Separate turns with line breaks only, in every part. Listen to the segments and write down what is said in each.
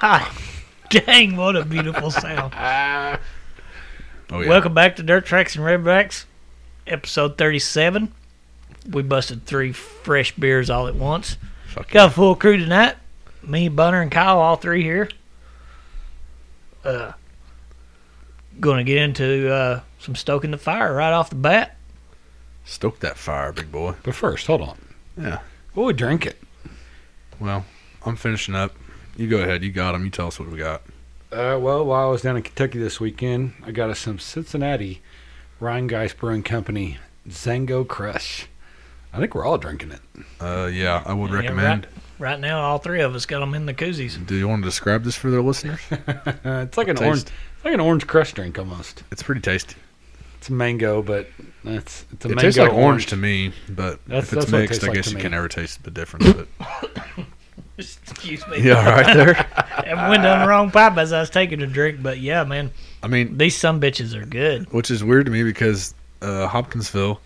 God dang, what a beautiful sound.
Ah. Oh, yeah.
Welcome back to Dirt Tracks and Redbacks, episode 37. We busted three fresh beers all at once.
Fuck
Got a full crew tonight. Me, Bunner, and Kyle, all three here. Uh, going to get into uh, some stoking the fire right off the bat.
Stoke that fire, big boy.
But first, hold on.
Yeah.
What we drink it?
Well, I'm finishing up. You go ahead. You got them. You tell us what we got.
Uh, well, while I was down in Kentucky this weekend, I got us some Cincinnati Rheingeist Brewing Company Zango Crush. I think we're all drinking it.
Uh, yeah, I would
Yeah,
recommend.
Right, right now, all three of us got them in the koozies.
Do you want to describe this for the listeners?
Uh, it's like an
Taste.
orange, it's like an orange crush drink almost.
It's pretty tasty.
It's mango, but it's it's a
It
mango
tastes like orange to me, but
That's-
if
that's
it's
what it
mixed,
tastes
I
like
guess
to
you
me.
can never taste the difference. But
Excuse me.
yeah, right there.
I went down the wrong pipe as I was taking a drink, but yeah, man,
I mean,
these some bitches are good.
which is weird to me because uh, Hopkinsville,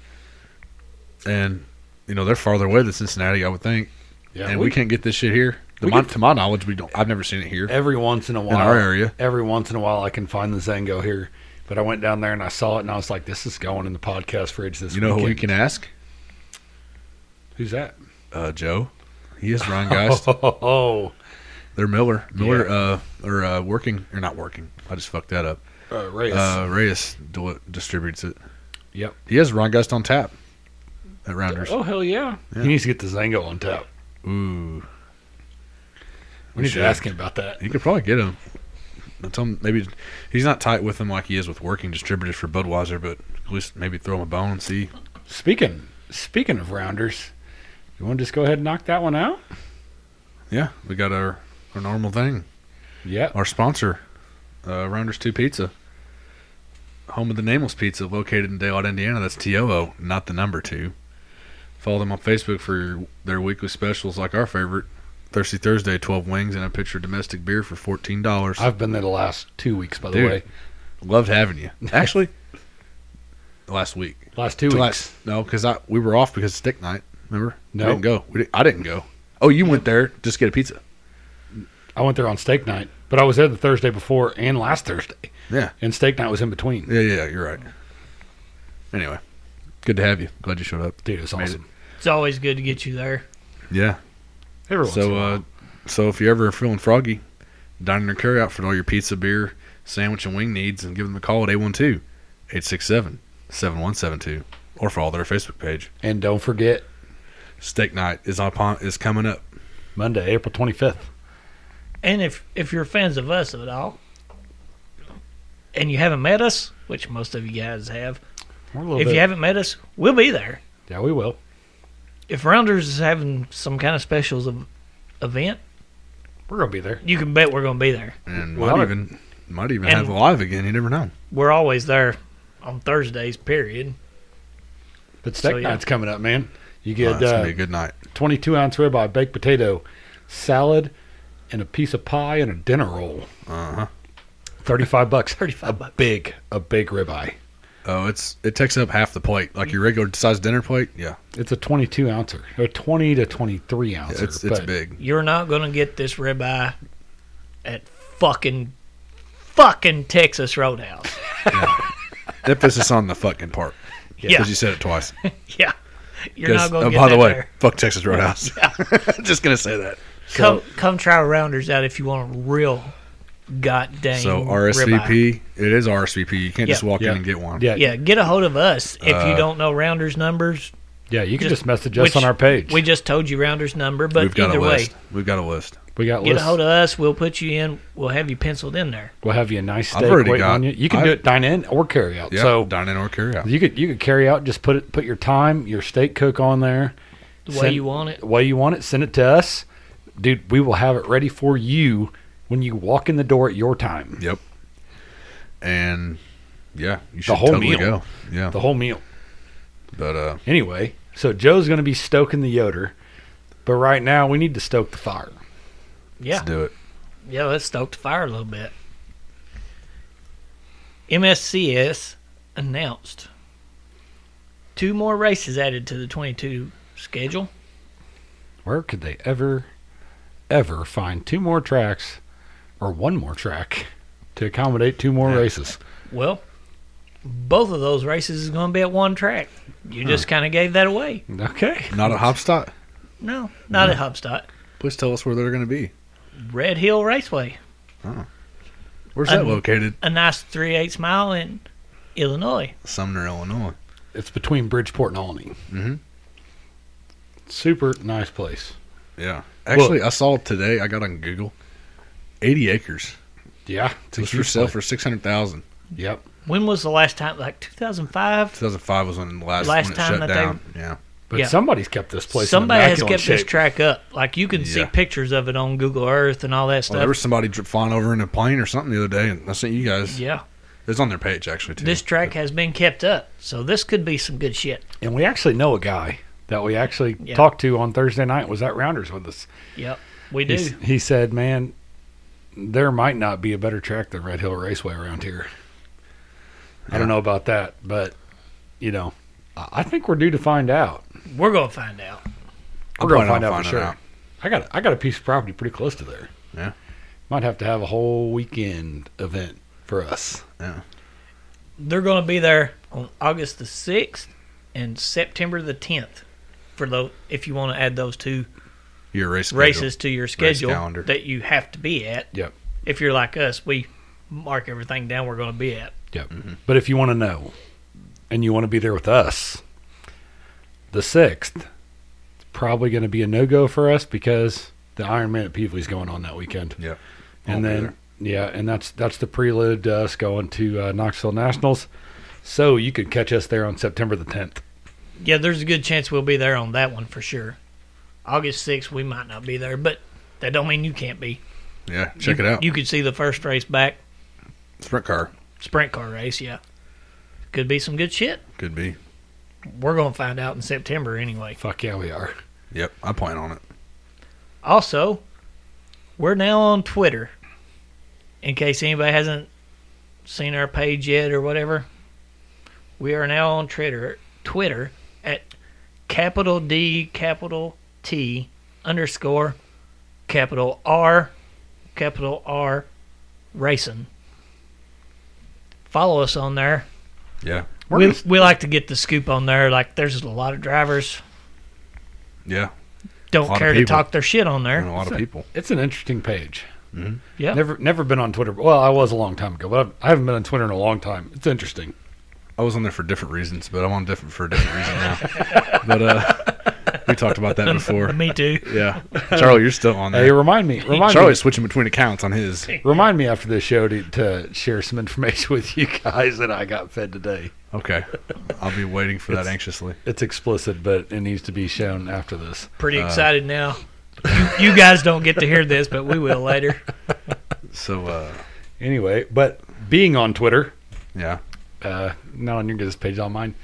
and you know they're farther away than Cincinnati, I would think,
Yeah,
and
we,
we, can't get this shit here. To
we
my,
get-
to my knowledge, we don't. I've never seen it here
every once in a
in
while.
our area.
Every once in a while, I can find the Zango here. But I went down there and I saw it, and I was like, "This is going in the podcast fridge this
You know who we can
weekend."
ask?
Who's that?
Uh, Joe. He is Ron Geist.
Oh,
They're Miller. Miller uh, or uh, working or not working. I just fucked that up.
uh, Reyes.
Uh, Reyes do- distributes it.
Yep.
He has Ron Gust on tap at Rounders.
Oh hell yeah.
Yeah.
He needs to get the Zango on tap.
Ooh,
We need
should.
to ask him about that.
you could probably get him. I'll Tell him maybe he's not tight with him like he is with working distributors for Budweiser, but at least maybe throw him a bone and see.
Speaking speaking of rounders, you want to just go ahead and knock that one out?
Yeah, we got our our normal thing.
Yeah.
Our sponsor, uh, Rounders Two Pizza, home of the Nameless Pizza, located in Daylight, Indiana. That's T O O, not the number two. Follow them on Facebook for their weekly specials, like our favorite Thirsty Thursday, twelve wings and a pitcher of domestic beer for fourteen dollars.
I've been there the last two weeks, by the
Dude.
way.
Loved having you. Actually, last week.
Last two
Till
weeks.
last- no, because I we were off because it's stick night. Remember?
No.
we didn't go. We di- I didn't go. Oh, you went there just to get a pizza.
I went there on steak night, but I was there the Thursday before and last Thursday.
Yeah.
And steak night was in between.
Yeah, yeah, you're right. Anyway, good to have you. Glad you showed up.
Dude, it's
Made it.
awesome.
It's always good to get you there.
Yeah.
Every once in
So,
a while.
uh, so if you're ever feeling froggy, dine in their carry out for all your pizza, beer, sandwich, and wing needs, and give them a call at 812 867 7172 or follow their Facebook page.
and don't forget
Steak night is upon is coming up.
Monday, April twenty fifth.
And if if you're fans of us at all, and you haven't met us, which most of you guys have,
If
if you haven't met us, we'll be there.
yeah, we will.
If Rounders is having some kind of specials of event,
We're gonna be there.
you can bet we're going to be there.
and
Well,
might
I-
even might even
And-
have live again. You never know. Uh,
We're always there on Thursdays. Period.
But steak
So, yeah.
night's coming up, man. You
Oh,
get
it's
uh,
gonna be a good night.
22 ounce ribeye, baked potato, salad, and a piece of pie and a dinner roll.
Uh huh.
35 bucks.
35
a
bucks.
Big, a big ribeye.
Oh, it's it takes up half the plate, like your regular sized dinner plate. Yeah,
It's a 22 ouncer, or 20 to 23 ouncer.
it's it's
but
big.
You're not going to get this ribeye at fucking fucking Texas Roadhouse.
Emphasis on the fucking part.
Yeah.
because you said it twice.
yeah, you're not
'Cause-
going
oh,
to get
by
that
the way,
there.
fuck Texas Roadhouse. Just gonna say that.
Come come try Rounders out if you want a real goddamn.
So
ribeye.
RSVP. It is RSVP. You can't just
Yeah.
walk
Yeah.
in and get one.
Yeah, yeah,
Yeah, get a hold of us if
Uh,
you don't know Rounders numbers.
you can
Just-
just, message us
which-
on our page.
We
We,
just told you Rounders number, but
we've got
either
a
way,
list. We've got a list.
got
get a
lists.
hold of us. We'll put you in. We'll have you penciled in there.
We'll have you a nice
I've
steak
already
waiting
got-
on you. You can
I've-
do it dine in or carry out.
Yeah,
So
dine in or carry out.
you could you could carry out, just put it put your time, your steak cook on there.
The way
Send-
you want it.
the way you want it, send it to us. Dude, we will have it ready for you when you walk in the door at your time.
Yep. And yeah, you should
whole
totally
meal.
go. Yeah,
The whole meal.
but uh,
Anyway, so Joe's going to be stoking the yoder, but right now we need to stoke the fire.
Yeah,
let's do it.
yeah. Let's stoke the fire a little bit. MSCS announced two more races added to the 22 schedule.
Where could they ever, ever find two more tracks or one more track to accommodate two more
Yeah.
races.
Well, both of those races is going to be at one track. You just kind of gave that away.
Okay.
Not at Hopstock.
No, not at Hubstadt.
Please tell us where they're going to be.
Red Hill Raceway,
Where's that
Um,
located?
a nice three eighths mile in Illinois.
Sumner, Illinois.
It's between Bridgeport and Alney.
Mm-hmm.
Mhm.
Super nice place.
Yeah. Actually, I saw today. I got on Google. Eighty acres.
Yeah. It's
It
a
was for
huge
sale
place.
for six hundred thousand.
Yep.
When was the last time? Like 2005.
Two thousand five was when the last,
Last
when it
time
shut
that they-
down. Yeah.
But
Yeah.
somebody's kept this place.
Somebody
in
has
immaculate
kept
shape.
this track up. Like you can see
Yeah.
pictures of it on Google Earth and all that
Well, there
stuff.
was somebody dri- flying over in a plane or something the other day, and I sent you guys.
yeah,
It's on their page actually too.
this track has been kept up, so this could be some good shit.
And we actually know a guy that we actually
Yeah.
talked to on Thursday night was at Rounders with us.
Yep, we
He,
do.
s- he said, "Man, there might not be a better track than Red Hill Raceway around here." I
Yeah.
don't know about that, but you know, I I think we're due to find out.
We're gonna find out.
We're
I'm
gonna
planning on
find out for
finding
sure. I got I got a piece of property pretty close to there.
Yeah.
might have to have a whole weekend event for us.
They're gonna be there on August the sixth and September the tenth. For those, if you want to add those two
Your race schedule.
races to your schedule
calendar.
that you have to be at.
Yep.
If you're like us, we mark everything down we're going to be at.
Yep. But if you want to know and you want to be there with us, the 6th, it's probably going to be a no go for us because the Iron Man at Peevely's going on that weekend.
Yeah. Won't
And
be
then, yeah, and that's that's the prelude to us going to uh, Knoxville Nationals. So you could catch us there on September the 10th.
Yeah, there's a good chance we'll be there on that one for sure. August 6th, we might not be there, but that don't mean you can't be.
Yeah. Check
You-
it out.
You could see the first race back,
Sprint car
sprint car race, yeah. Could be some good shit.
could be.
We're going to find out in September anyway.
Fuck yeah, we are.
Yep. I plan on it.
Also, we're now on Twitter. In case anybody hasn't seen our page yet or whatever, we are now on Twitter. Twitter at capital D capital T underscore capital R capital R racing. Follow us on there.
Yeah.
We're
We,
gonna-
we like to get the scoop on there. Like there's a lot of drivers
Yeah.
don't
lot of
care to
people.
talk their shit on
And a
there.
lot of
That's it.
people.
It's an interesting page.
Mm-hmm.
Yeah.
Never never been on Twitter. Well, I was a long time ago, but I've, I haven't been on Twitter in a long time. It's interesting.
Mm-hmm. I was on there for different reasons, but I'm on different for a different reason now. but uh, we talked about that before.
Me too.
Yeah. Charlie, you're still on
Hey,
there.
remind me. Remind me.
Charlie's switching between accounts on his.
Remind me after this show to, to share some information with you guys that I got fed today.
Okay. I'll be waiting for that anxiously.
It's explicit, but it needs to be shown after this.
pretty excited now. You, you guys don't get to hear this, but we will later.
So, uh,
Anyway, but being on Twitter,
yeah.
uh, not on your guys' page, on mine,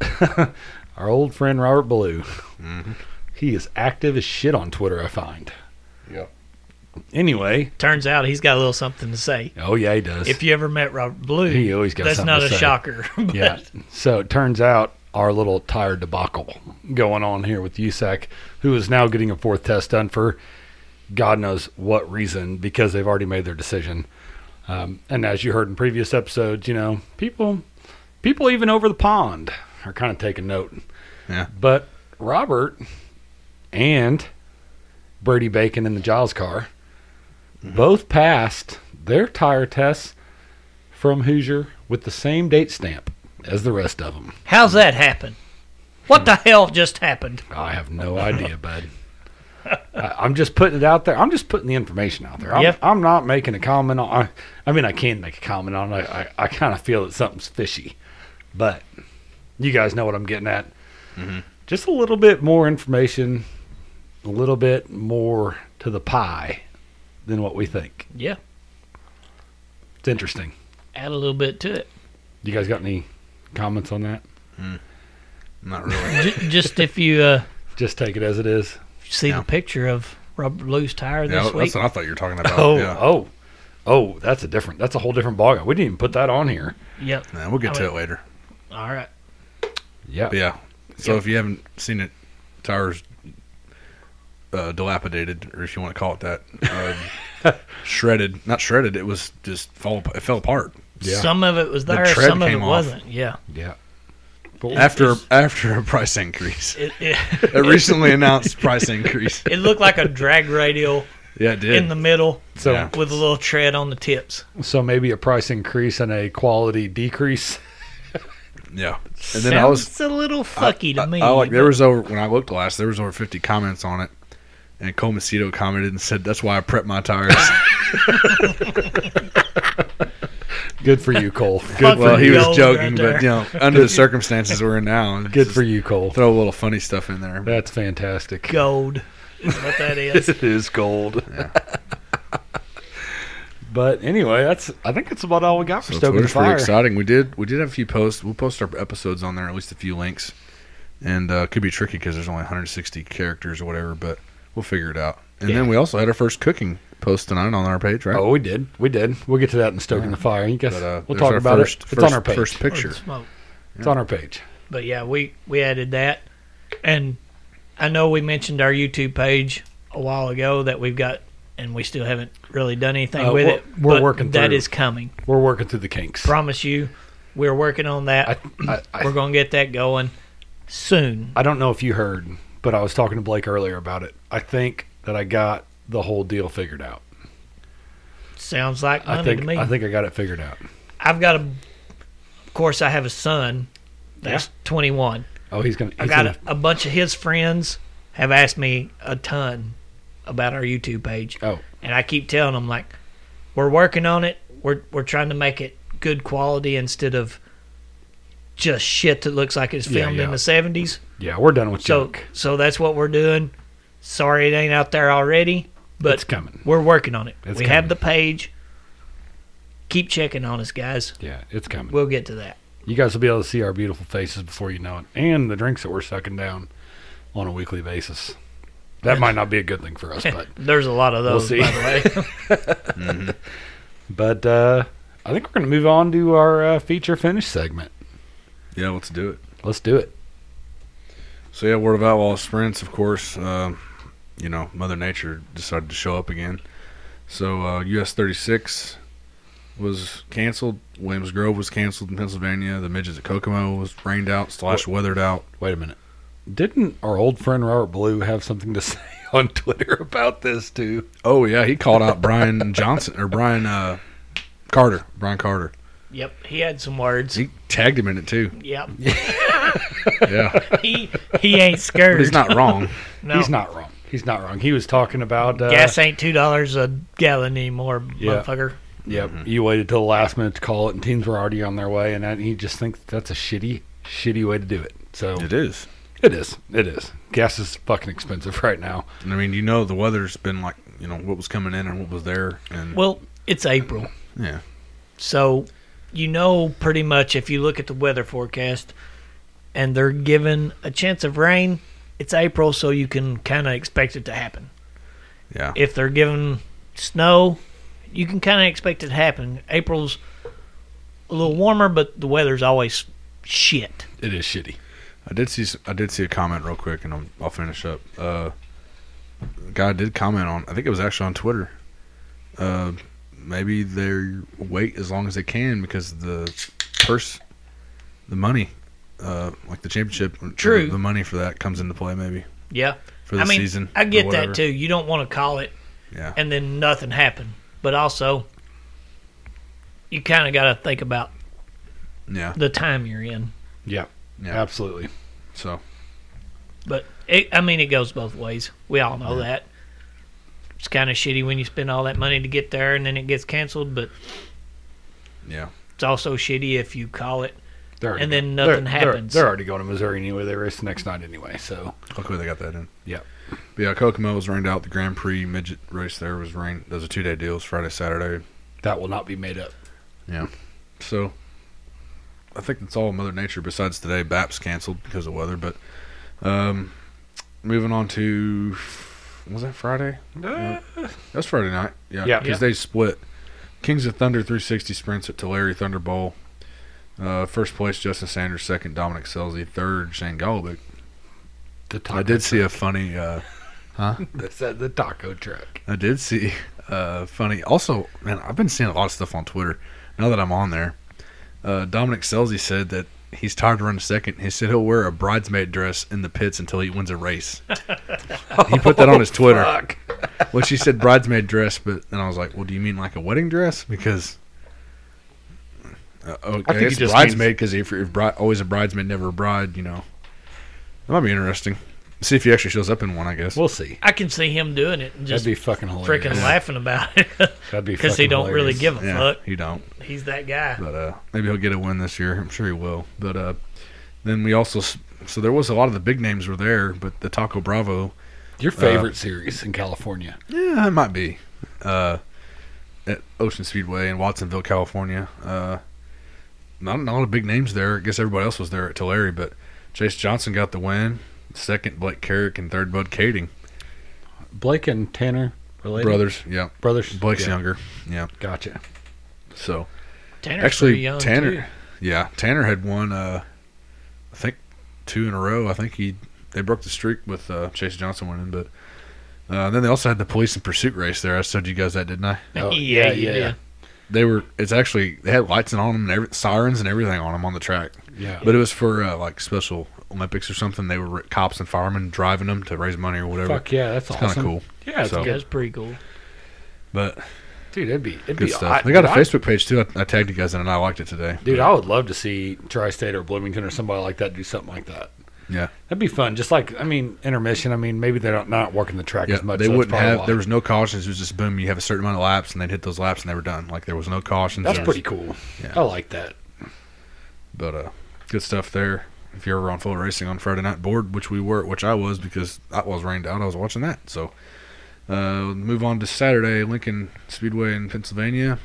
our old friend Robert Ballou, he is active as shit on Twitter, I find.
Yeah.
Anyway,
Turns out he's got a little something to say.
oh yeah, he does.
If you ever met Robert Blue,
He always got
that's
something
not
to
a
say.
shocker. but
Yeah. So it turns out our little tire debacle going on here with USAC, who is now getting a fourth test done for God knows what reason because they've already made their decision. Um, and as you heard in previous episodes, you know, people, people even over the pond are kind of taking note.
Yeah.
But Robert and Brady Bacon in the Giles car both passed their tire tests from Hoosier with the same date stamp as the rest of them.
How's that happen? What the hell just happened?
I have no idea, bud. I- I'm just putting it out there. I'm just putting the information out there. I'm,
Yep.
I'm not making a comment on. I, I mean, I can make a comment on. it. I, I, I kind of feel that something's fishy, but you guys know what I'm getting at. Just a little bit more information, a little bit more to the pie than what we think.
Yeah,
It's interesting.
add a little bit to it.
You guys got any comments on that?
Not really.
J- just if you uh,
Just take it as it is.
see
Yeah.
the picture of Robert Blue's tire
Yeah,
this
that's
week,
what I thought you were talking about.
Oh,
yeah.
oh, oh! That's a different. That's a whole different ballgame. We didn't even put that on here.
yep.
Yeah, we'll get
I
to
mean-
it later.
All right,
Yeah.
But yeah. So
Yeah.
if you haven't seen it, tires uh, dilapidated, or if you want to call it that, uh, shredded. Not shredded. It was just fall. It fell apart
Yeah.
Some of it was
The
there,
tread
some of it
came off.
wasn't. Yeah.
Yeah.
It-
after
it's-
after a price increase.
it, it,
A recently announced price increase.
it looked like a drag radial
Yeah, it did.
in the middle
So
Yeah.
with a little tread on the tips.
so maybe a price increase and a quality decrease.
yeah, and
And
then I was
a little fucky to
I-
me.
I, like there
but
was over when I looked last. There was over fifty comments on it, and Cole Macedo commented and said, "That's why I prep my tires."
Good for you, Cole. Good
Fuck
for
well, he
you.
you.
was joking,
Gold right
but you know, under the circumstances we're in now, it's
Good
just
for you, Cole.
Throw a little funny stuff in there.
That's fantastic.
gold. Is what that is.
it is gold. but anyway, that's I think that's about all we got for
So
stoking the
Twitter's pretty
fire.
exciting. We did we did have a few posts. We'll post our episodes on there, at least a few links, and uh, it could be tricky because there's only 160 characters or whatever, but we'll figure it out. And then we also had our first cooking post tonight on our page, right?
Oh, we did, we did. We'll get to that in stoking the fire. You guys,
But, uh,
we'll
there's
talk
our
about
first,
it. It's
first-
on our page.
First picture.
Or smoke.
It's on our page.
But yeah, we we added that, and I know we mentioned our YouTube page a while ago that we've got, and we still haven't really done anything
Uh,
with
we're-
it.
we're
but
working
That
through.
is coming.
We're working through the kinks.
Promise you, we're working on that.
I, I,
we're
I,
gonna get that going soon.
I don't know if you heard, but I was talking to Blake earlier about it. I think that I got the whole deal figured out.
Sounds like money
I
to
think
me.
I think I got it figured out.
I've got a. Of course, I have a son. That's 21.
Oh, he's gonna. He's
I got
gonna,
a, a bunch of his friends have asked me a ton about our YouTube page,
Oh,
and I keep telling them like, we're working on it. We're we're trying to make it good quality instead of just shit that looks like it's
Yeah,
filmed
yeah.
in the 70s.
yeah, we're done with
So
junk.
so that's what we're doing. Sorry it ain't out there already, but
it's coming.
we're working on it.
It's
we
coming.
have the page. Keep checking on us, guys.
Yeah, it's coming.
We'll get to that.
You guys will be able to see our beautiful faces before you know it, and the drinks that we're sucking down on a weekly basis. That might not be a good thing for us, but
There's a lot of
We'll
those,
see.
by the way.
but uh, I think we're going to move on to our uh, feature finish segment.
Yeah, let's do it.
Let's do it.
So yeah, Word of Outlaw sprints, of course. Um, you know, Mother Nature decided to show up again. So uh, US 36 was canceled. Williams Grove was canceled in Pennsylvania. The midgets at Kokomo was rained out slash weathered out.
Wait a minute. Didn't our old friend Robert Blue have something to say on Twitter about this too?
Oh yeah, he called out Brian Johnson or Brian uh, Carter. Brian Carter.
yep, he had some words.
He tagged him in it too.
Yep,
Yeah,
he he ain't
but
scared.
he's not wrong.
No.
He's not wrong. He's not wrong. He was talking about uh,
Gas ain't two dollars a gallon anymore,
Yeah.
motherfucker.
Yep. You Mm-hmm. waited till the last minute to call it, and teams were already on their way, and I, he just thinks that's a shitty, shitty way to do it. So
is.
It is. It is. Gas is fucking expensive right now.
And I mean, you know, the weather's been like, you know, what was coming in and what was there, and
Well, it's April,
yeah,
so you know pretty much if you look at the weather forecast, and they're given a chance of rain. It's April, so you can kind of expect it to happen.
yeah.
If they're given snow, you can kind of expect it to happen. April's a little warmer, but the weather's always shit.
It is shitty.
I did see s- I did see a comment real quick, and I'm, I'll finish up. Uh, a guy did comment on I think it was actually on Twitter. Uh, maybe they wait as long as they can because the purse, the money, uh, like the championship,
True.
The, the money for that comes into play maybe
Yeah,
for the
I mean,
season.
I
or
get
whatever.
that too. You don't want to call it
Yeah,
and then nothing happened. But also, you kind of got to think about
yeah,
the time you're in.
Yeah.
yeah.
Absolutely.
So
But it, I mean, it goes both ways. We all know that. It's kind of shitty when you spend all that money to get there and then it gets canceled. But
yeah,
it's also shitty if you call it.
They're already
And then
go-
nothing
they're-
happens.
They're, they're already going to Missouri anyway. They race the next night anyway. So
luckily they got that in.
Yep.
But yeah, Kokomo was rained out. The Grand Prix midget race there was rained. Those are two day deals, Friday, Saturday.
that will not be made up.
So I think that's all Mother Nature besides today. BAP's canceled because of weather, but um, moving on to was that Friday? That's Friday night. Yeah,
Uh, Yeah.
because they split. Kings of Thunder 360 sprints at Tulare Thunder Bowl. Uh, first place Justin Sanders, second Dominic Selzy, third Shane Golubic.
The taco
I did see a funny. Uh,
They said the taco truck.
I did see uh, funny. Also, man, I've been seeing a lot of stuff on Twitter now that I'm on there. Uh, Dominic Selzy said that he's tired of running second. He said he'll wear a bridesmaid dress in the pits until he wins a race. he put that on his Twitter.
Oh, Fuck.
Which he said bridesmaid dress, but then I was like, well, do you mean like a wedding dress? Because. Uh, okay,
think he
it's
just
bridesmaid because if you're bri- always a bridesmaid, never a bride, you know. That might be interesting. See if he actually shows up in one, I guess.
We'll see.
I can see him doing it and just
That'd be fucking hilarious.
freaking laughing about it
That'd be
because he
fucking
don't really
hilarious.
give a
yeah,
fuck.
you don't.
He's that guy.
But uh, maybe he'll get a win this year. I'm sure he will. But uh, then we also s- so there was a lot of the big names were there, but the Taco Bravo,
Your favorite series in California?
yeah, it might be uh, at Ocean Speedway in Watsonville, California. Uh, not not a lot of big names there. I guess everybody else was there at Tulare, but Chase Johnson got the win. Second, Blake Carrick, and third, Bud Kading.
Blake and Tanner related
Brothers, yeah.
Brothers.
Blake's
Yeah,
younger, yeah.
Gotcha.
So
Tanner's
actually,
pretty young
Tanner-
too.
Yeah, Tanner had won. Uh, I think two in a row. I think he they broke the streak with uh, Chase Johnson winning, but uh, then they also had the police and pursuit race there. I showed you guys that, didn't I?
Oh,
yeah,
yeah,
yeah, you
yeah.
did.
They were. It's actually they had lights on them and every, sirens and everything on them on the track.
Yeah.
But it was for uh, like special Olympics or something. They were cops and firemen driving them to raise money or whatever.
Fuck yeah, that's
it's kind of
awesome.
cool,
Yeah, it's
So-
good.
That's pretty cool.
but
dude. It'd be it'd
good
be
stuff.
I-
They got a
dude, I-
Facebook page too. I, I tagged you guys in it and I liked it today.
Dude, I would love to see Tri-State or Bloomington or somebody like that do something like that.
Yeah.
that'd be fun. Just like I mean, intermission. I mean, maybe they're not, not working the track
Yeah,
as much.
they
so it's
wouldn't
probably
have.
why.
There was no cautions. It was just boom. You have a certain amount of laps, and they'd hit those laps, and they were done. Like there was no cautions.
That's
there was-
pretty cool.
Yeah.
I like that.
But uh, good stuff there. If you're ever on full racing on Friday night board, which we were, which I was because that was rained out. I was watching that. So uh, move on to Saturday, Lincoln Speedway in Pennsylvania.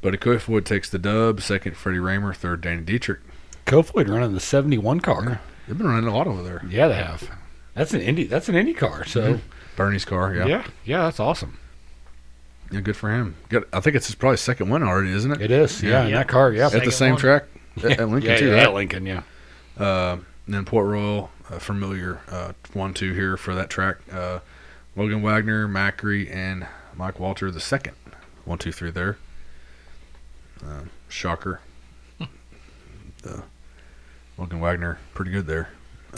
Buddy Koifwood takes the dub. Second, Freddie Raymer. Third, Danny Dietrich.
Kofoid running the seventy-one car.
They've been running a lot over there.
Yeah, they have. That's an Indy. That's an Indy car. So
Bernie's car, Mm-hmm. yeah,
yeah,
yeah,
yeah, that's awesome.
good for him. Good. I think it's his probably second win already, isn't it?
It is. Yeah,
Yeah.
in
Yeah.
that car. Yeah,
At the
Second
same
one.
track at at Lincoln
yeah,
too,
yeah,
right?
at Lincoln. Yeah,
Uh, and then Port Royal, a familiar uh, one two here for that track. Uh, Logan Wagner, Macri, and Mike Walter the second. One two three there. Uh, shocker. uh, Logan Wagner, pretty good there.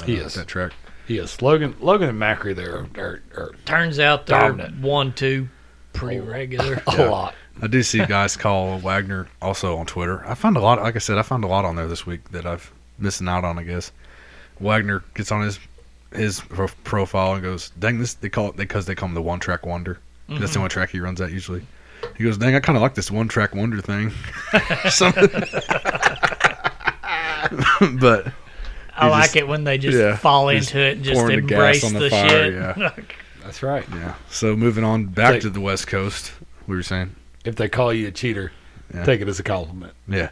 Uh,
He
at
is.
that track.
he is. Logan, Logan and Macri there are, are
Turns out they're
Dominant.
one, two, pretty
Oh.
regular.
a
Yeah.
lot.
I do see guys call Wagner also on Twitter. I found a lot. Like I said, I found a lot on there this week that I've missing out on. I guess Wagner gets on his his pro- profile and goes, "Dang, this they call it because they call him the one track wonder. That's the only track he runs at usually." He goes, "Dang, I kind of like this one track wonder thing." Something. but
I
You
like
just-
it when they just
yeah,
fall
just
into it and just
pouring the gas
embrace
on
the,
the fire,
shit.
yeah.
That's right.
yeah, so moving on back
Like-
to the West Coast, we were saying.
If they call you a cheater,
Yeah.
take it as a compliment.
Yeah.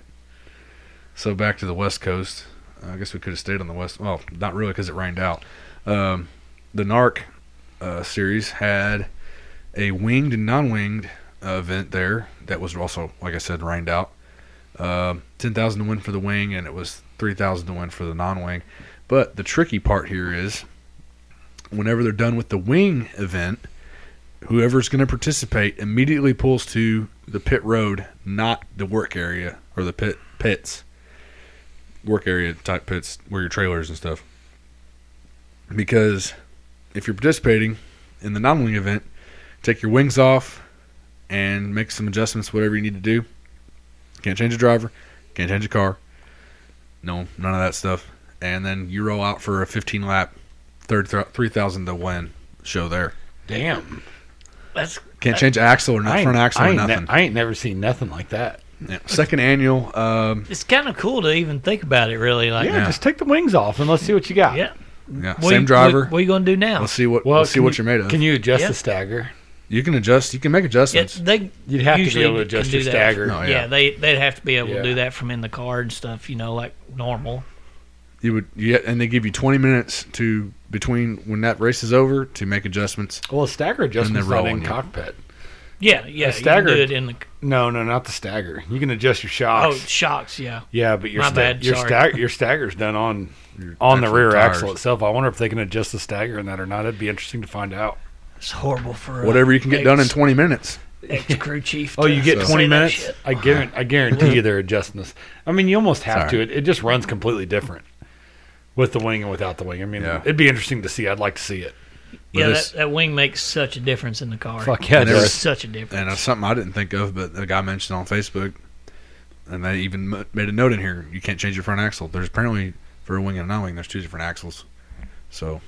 So back to the West Coast. I guess we could have stayed on the West. Well, not really because it rained out. Um, the NARC uh, series had a winged and non-winged uh, event there that was also, like I said, rained out. Um Ten thousand to win for the wing, and it was three thousand to win for the non-wing. But the tricky part here is, whenever they're done with the wing event, whoever's going to participate immediately pulls to the pit road, not the work area or the pit pits, work area type pits where your trailers and stuff. Because if you're participating in the non-wing event, take your wings off and make some adjustments, whatever you need to do. Can't change a driver, can't change a car, no, none of that stuff. And then you roll out for a 15 lap, third three thousand to win show there.
Damn.
That's
Can't change axle or
I
not
ain't-
front axle
I
or
ain't
nothing.
ne- I ain't never seen nothing like that.
Yeah. Second annual. Um,
it's kind of cool to even think about it. Really, like
yeah,
Yeah.
just take the wings off and let's see what you got.
yeah.
yeah,
What
same
you-
driver.
What, what are you gonna do now?
we'll see what
Well,
we'll see
can
what
you-
you're made of.
Can you adjust
Yeah.
the stagger?
you can adjust. You can make
yeah,
adjustments.
they
You'd have
usually
to be able to adjust
can
your
do that.
stagger.
No, Oh,
yeah.
yeah.
they they'd have to be able
Yeah.
to do that from in the car and stuff. You know, like normal.
You would. You, and they give you 20 minutes to between when that race is over to make adjustments.
Well, a stagger adjustment's
they're
not in
rolling you.
cockpit.
Yeah, yeah.
A
You can do
staggered-
it in the
No, no, not the stagger. You can adjust your
oh
shocks.
shocks. Yeah,
yeah, but your
my
sta-
bad,
your
sorry.
stag- your stagger's done on
Your
on the
actual
rear
tires.
axle itself. I wonder if they can adjust the stagger in that or not. It'd be interesting to find out.
It's horrible for uh,
Whatever you can get done in
ex-
20 minutes.
ex crew chief.
Oh,
to
you get
say
20
that
minutes?
shit.
I guarantee, I guarantee you they're adjusting this. I mean, you almost have to.
Sorry.
It, it just runs completely different with the wing and without the wing. I mean,
Yeah.
it'd be interesting to see. I'd like to see it.
But
Yeah,
this-
that, that wing makes such a difference in the car.
Fuck
It
yeah, it
makes
does.
such a difference.
And it's something I didn't think of, but a guy mentioned on Facebook, and they even m- made a note in here. You can't change your front axle. There's apparently for a wing and a non-wing, there's two different axles. So,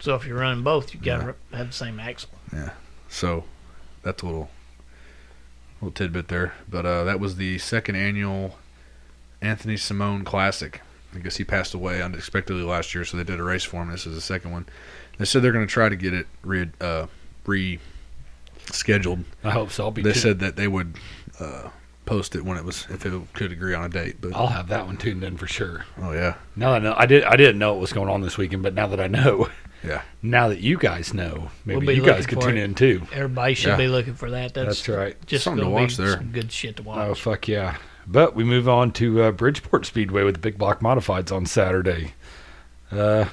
so if you're running both, you gotta have the same axle.
so that's a little, little tidbit there. But uh, that was the second annual Anthony Simone Classic. I guess he passed away unexpectedly last year, so they did a race for him. This is the second one. They said they're going to try to get it re uh, re scheduled
I hope so. I'll be.
they
tuned-
said that they would uh, post it when it was if it could agree on a date. But
I'll have that one tuned in for sure.
oh yeah,
Now that I know, I did. I didn't know what was going on this weekend, but now that I know,
Yeah.
Now that you guys know,
We'll
maybe
be
you guys
looking
could
for
tune
it.
in too.
Everybody should
Yeah.
be looking for that. That's,
That's right.
Just
Something to
gonna be
watch there.
some good shit to watch.
Oh fuck yeah! But we move on to uh, Bridgeport Speedway with the big block modifieds on Saturday. Uh,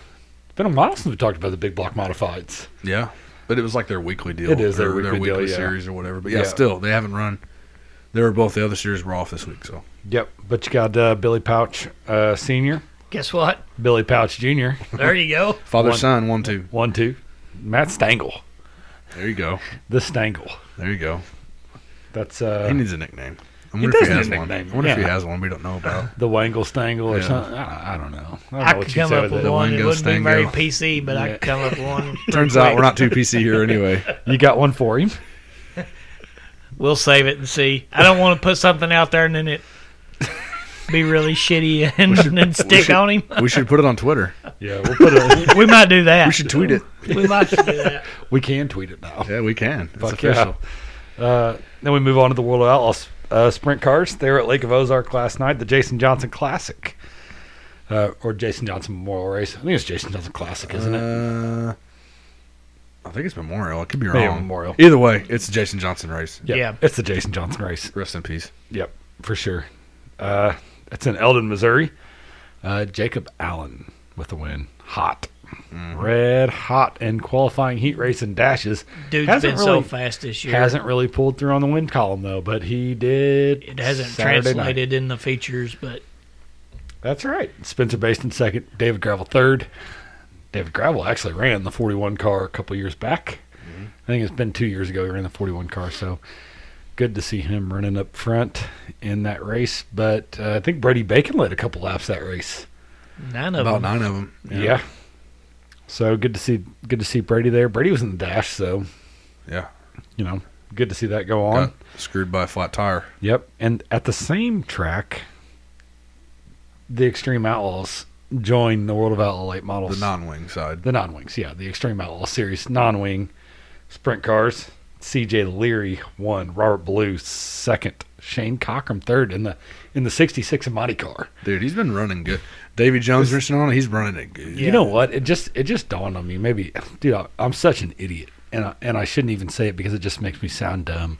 it's been a while since we talked about the big block modifieds.
yeah. But it was like their weekly deal.
It is their
or
weekly deal, yeah.
series or whatever. But yeah,
Yeah.
still they haven't run. They were both the other series were off this week, so
Yep. But you got uh, Billy Pouch uh, Senior,
Guess what?
Billy Pouch Junior,
There you go.
father
One-
son one two.
one two, Matt Stangle,
There you go,
the Stangle.
there you go.
That's
he
uh,
needs a nickname. I
He
wonder if
does
he
need
has
a
one. I
nickname,
wonder if he
yeah.
has one we don't know about.
the Wangle Stangle or
Yeah.
something. I, I don't know. I don't
I
know what
could
you
come
say
up
with
with
it.
The
one. It
Wingo
wouldn't be very
Stango.
PC, but I
Yeah.
could come up with one.
Turns out we're not too PC here anyway.
You got one for him.
We'll save it and see. I don't want to put something out there and then it be really shitty and then stick
should-
on him.
We should put it on Twitter.
Yeah, we'll put it.
We might do that.
We should tweet it.
We might do that.
we can tweet it now.
Yeah, we can. It's
Fuck
official.
yeah. Uh, then we move on to the World of Outlaws uh, sprint cars. They were at Lake of Ozark last night, the Jason Johnson Classic. Uh, or Jason Johnson Memorial Race. I think it's Jason Johnson Classic, isn't it?
Uh, I think it's Memorial. I could be
Maybe
wrong.
Memorial.
Either way, it's a Jason Johnson race.
yeah.
It's the Jason Johnson race.
Rest in peace.
Yep, for sure. Uh, it's in Eldon, Missouri. Uh, Jacob Allen with the win. Hot. Red hot and qualifying heat race and dashes.
Dude's
Hasn't
been so
really-
fast this year.
Hasn't really pulled through on the win column, though, but he did.
it hasn't
Saturday night.
translated in the features, but
That's right. Spencer Baston second, David Gravel third. David Gravel actually ran the 41 car a couple years back. I think it's been two years ago he ran the 41 car. So good to see him running up front in that race. But uh, I think Brady Bacon led a couple laps that race.
none of them.
About nine of them.
Yeah. So good to see good to see Brady there. Brady was in the dash, so
Yeah.
you know good to see that go on.
Got screwed by a flat tire.
Yep. And at the same track, the Extreme Outlaws joined the World of Outlaw Late Models.
The non wing side.
the non wings, yeah, the Extreme Outlaw Series non wing sprint cars. CJ Leary won, Robert Blue second, Shane Cockrum third in the in the '66 Amati car.
Dude, he's been running good. Davy Jones racing on it. He's running it good.
Yeah.
You know what? It just it just dawned on me. Maybe, dude, I, I'm such an idiot, and I, and I shouldn't even say it because it just makes me sound dumb.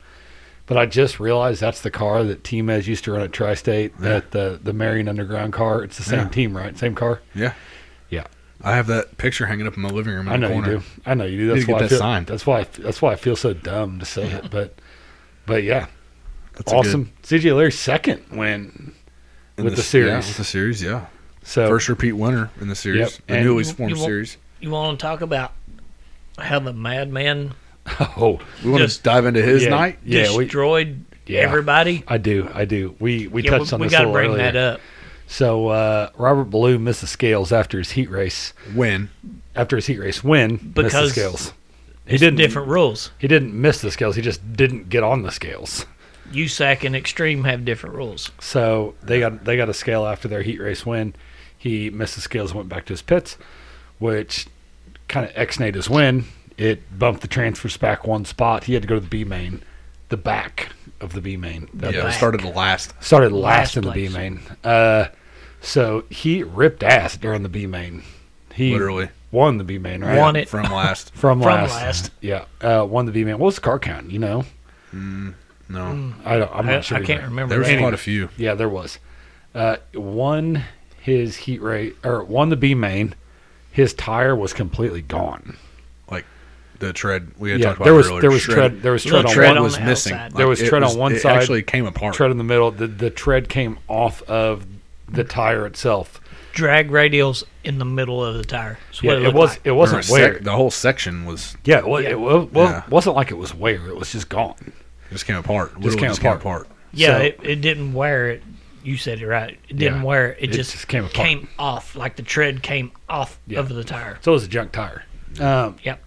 But I just realized that's the car that Team Ez used to run at Tri-State.
Yeah.
That the the Marion Underground car. It's the same
Yeah.
team, right? Same car.
Yeah.
Yeah.
I have that picture hanging up in my living room. In
I know
the corner.
you do. I know you do.
need
That's
to get
why I
that
feel,
signed.
That's why. I, that's why I feel so dumb to say it. But, but yeah,
That's a
awesome. CJ Larry second win
good- in
with the
s-
series.
Yeah, with the series, yeah.
So
First repeat winner in the series.
Yep.
The
And-
newly
You-
formed
you won't-
series.
You want to talk about how the madman
oh
We want to
Just-
dive into his
yeah,
night.
Yeah, we,
destroyed
yeah.
everybody?
I do. I do. We we
yeah,
touched
we,
on
we
this a
gotta
little
bring
earlier.
that up.
So uh, Robert Ballou missed the scales after his heat race.
Win.
After his heat race win, missed the
Because
scales. He
It's
didn't.
different rules.
He didn't miss the scales. He just didn't get on the scales.
USAC and Extreme have different rules.
So they got they got a scale after their heat race win. He missed the scales and went back to his pits, which kind of exonerated his win. It bumped the transfers back one spot. He had to go to the B main, the back of the B main. That
yeah, we
back.
started the last.
started last,
Last
in the B
place.
main. Uh, so he ripped ass during the B main. He
Literally.
won the B main, right?
Won it.
From last.
from
From
last.
last.
Yeah, uh, won the B main. What was the car count? You know,
No.
I don't. I'm
I,
not
I
sure.
can't
either.
remember.
There was
that.
quite a few.
Yeah, there was. Uh, won his heat rate or won the B main. His tire was completely gone.
the tread we had
yeah,
talked about
there was
earlier.
there was
Shred-
tread there was
Little
tread on
tread
one
on
was
the
missing.
outside.
There was
it
tread on one
it
side,
Actually, came apart.
tread in the middle. The the tread came off of the tire itself.
Drag radials in the middle of the tire. That's what
Yeah,
it,
it,
looked
was
like.
it
Or a
wasn't
sec-
wear.
the whole section was
yeah, it, wa-
Yeah.
it wa- wa-
Yeah.
wasn't like it was wear. It was just gone.
just came apart. Literally
came
just
apart.
came apart.
Yeah,
So-
it, it didn't wear it. You said it right. It didn't
Yeah.
wear it. It,
It
just,
just came apart.
came off like the tread came off
Yeah.
of the tire.
So it was a junk tire. Um,
Yep.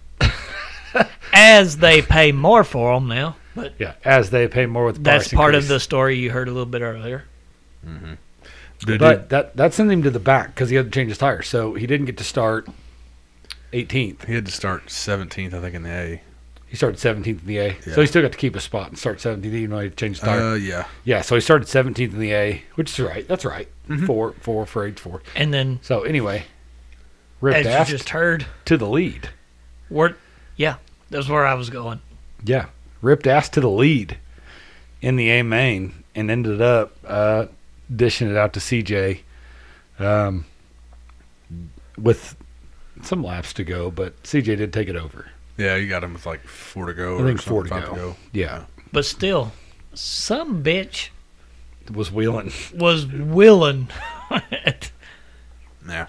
As they pay more for them now, but
yeah, as they pay more with the
that's
price
part
increase.
of the story you heard a little bit earlier.
Did
But that that sent him to the back because he had to change his tire, so he didn't get to start 18th.
he, he had to start 17th, I think, in the A.
He started 17th in the A,
Yeah.
so he still got to keep his spot and start 17th, even though he had changed his tire.
Uh, yeah,
yeah, so he started 17th in the A, which is right. That's right.
Mm-hmm.
Four, four for age four.
And then,
So anyway, ripped
as
ass
you just heard,
to the lead.
word, yeah, that's where I was going.
Yeah, ripped ass to the lead in the A main and ended up uh, dishing it out to CJ um, with some laps to go, but CJ did take it over.
yeah, you got him with like four to go.
I
or
think four to
something,
go.
five
Yeah,
But still, some bitch
was wheeling.
was willing.
Yeah.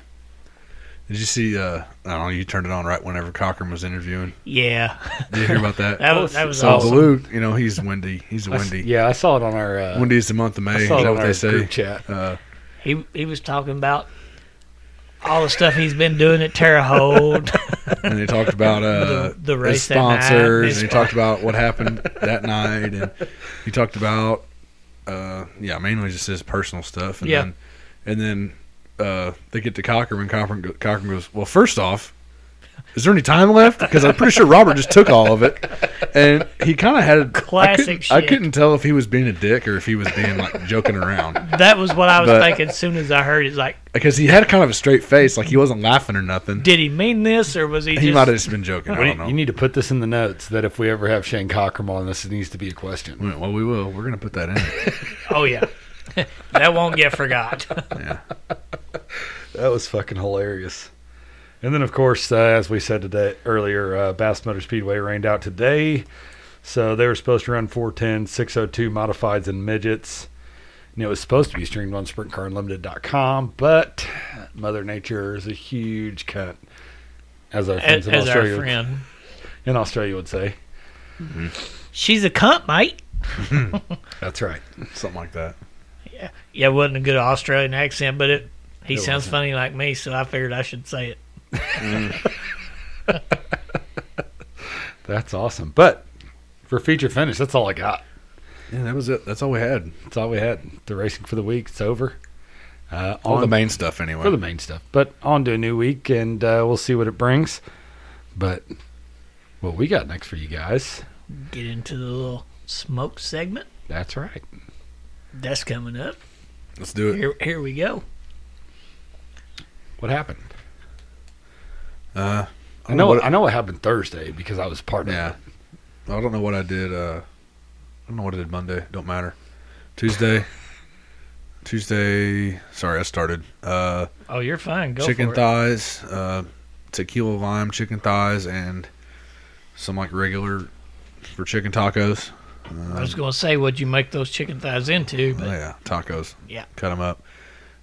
Did you see? Uh, I don't know. You turned it on right whenever Cochran was interviewing.
yeah,
Did you hear about that?
that was that was
so
awesome.
Luke, you know, he's windy. He's
I s-
windy.
yeah, I saw it on our. Uh,
Windy is the month of
I
May. Is
saw it
that
on
what
our
they say?
group chat.
Uh,
He he was talking about all the stuff he's been doing at Terre Haute.
and they talked about uh,
The- the
his
race that night,
sponsors,
his
and he
spon-
talked about what happened that night, and he talked about uh, yeah, mainly just his personal stuff, and
Yeah.
then and then uh, they get to Cochran, and Cochran, go- Cochran goes, well, first off. Is there any time left? Because I'm pretty sure Robert just took all of it, and he kind of had a
Classic
I couldn't, I
shit.
couldn't tell if he was being a dick or if he was being like joking around.
that was what I was
But-
thinking. As soon as I heard, it, it's like,
because he had kind of a straight face, like he wasn't laughing or nothing.
did he mean this or was he?
he
just,
might have just been joking. I
we-
don't know.
you need to put this in the notes that if we ever have Shane Cochran on this, it needs to be a question.
We went, well, we will. We're gonna put that in.
Oh yeah, that won't get forgot.
yeah,
That was fucking hilarious. And then, of course, uh, as we said today earlier, uh, Bass Motor Speedway rained out today, so they were supposed to run 410, 602 modifieds and midgets. And it was supposed to be streamed on SprintCarUnlimited.com, but Mother Nature is a huge cunt, as our friends
as,
in
as our
Australia
friend,
in Australia would say.
she's a cunt, mate.
That's right.
something like that.
Yeah, it wasn't a good Australian accent, but it he
It
sounds
wasn't.
funny like me, so I figured I should say it.
That's awesome. But for feature finish, that's all I got.
Yeah, that was it. That's all we had.
That's all we had. The racing for the week. It's over. Uh,
All
on-
the main stuff, anyway.
for the main stuff. But on to a new week, and uh, we'll see what it brings. But what we got next for you guys?
Get into the little smoke segment.
That's right.
That's coming up.
Let's do it.
Here, here we go.
What happened?
Uh,
I know.
What,
I know what happened Thursday because I was part of
yeah,
it.
I don't know what I did. Uh, I don't know what I did Monday. Don't matter. Tuesday. Tuesday. Sorry, I started. Uh,
Oh, you're fine. Go
chicken
for it.
thighs, uh, tequila lime chicken thighs, and some like regular for chicken tacos.
I was going to say what you make those chicken thighs into,
Oh,
but
yeah, tacos.
Yeah.
cut them up.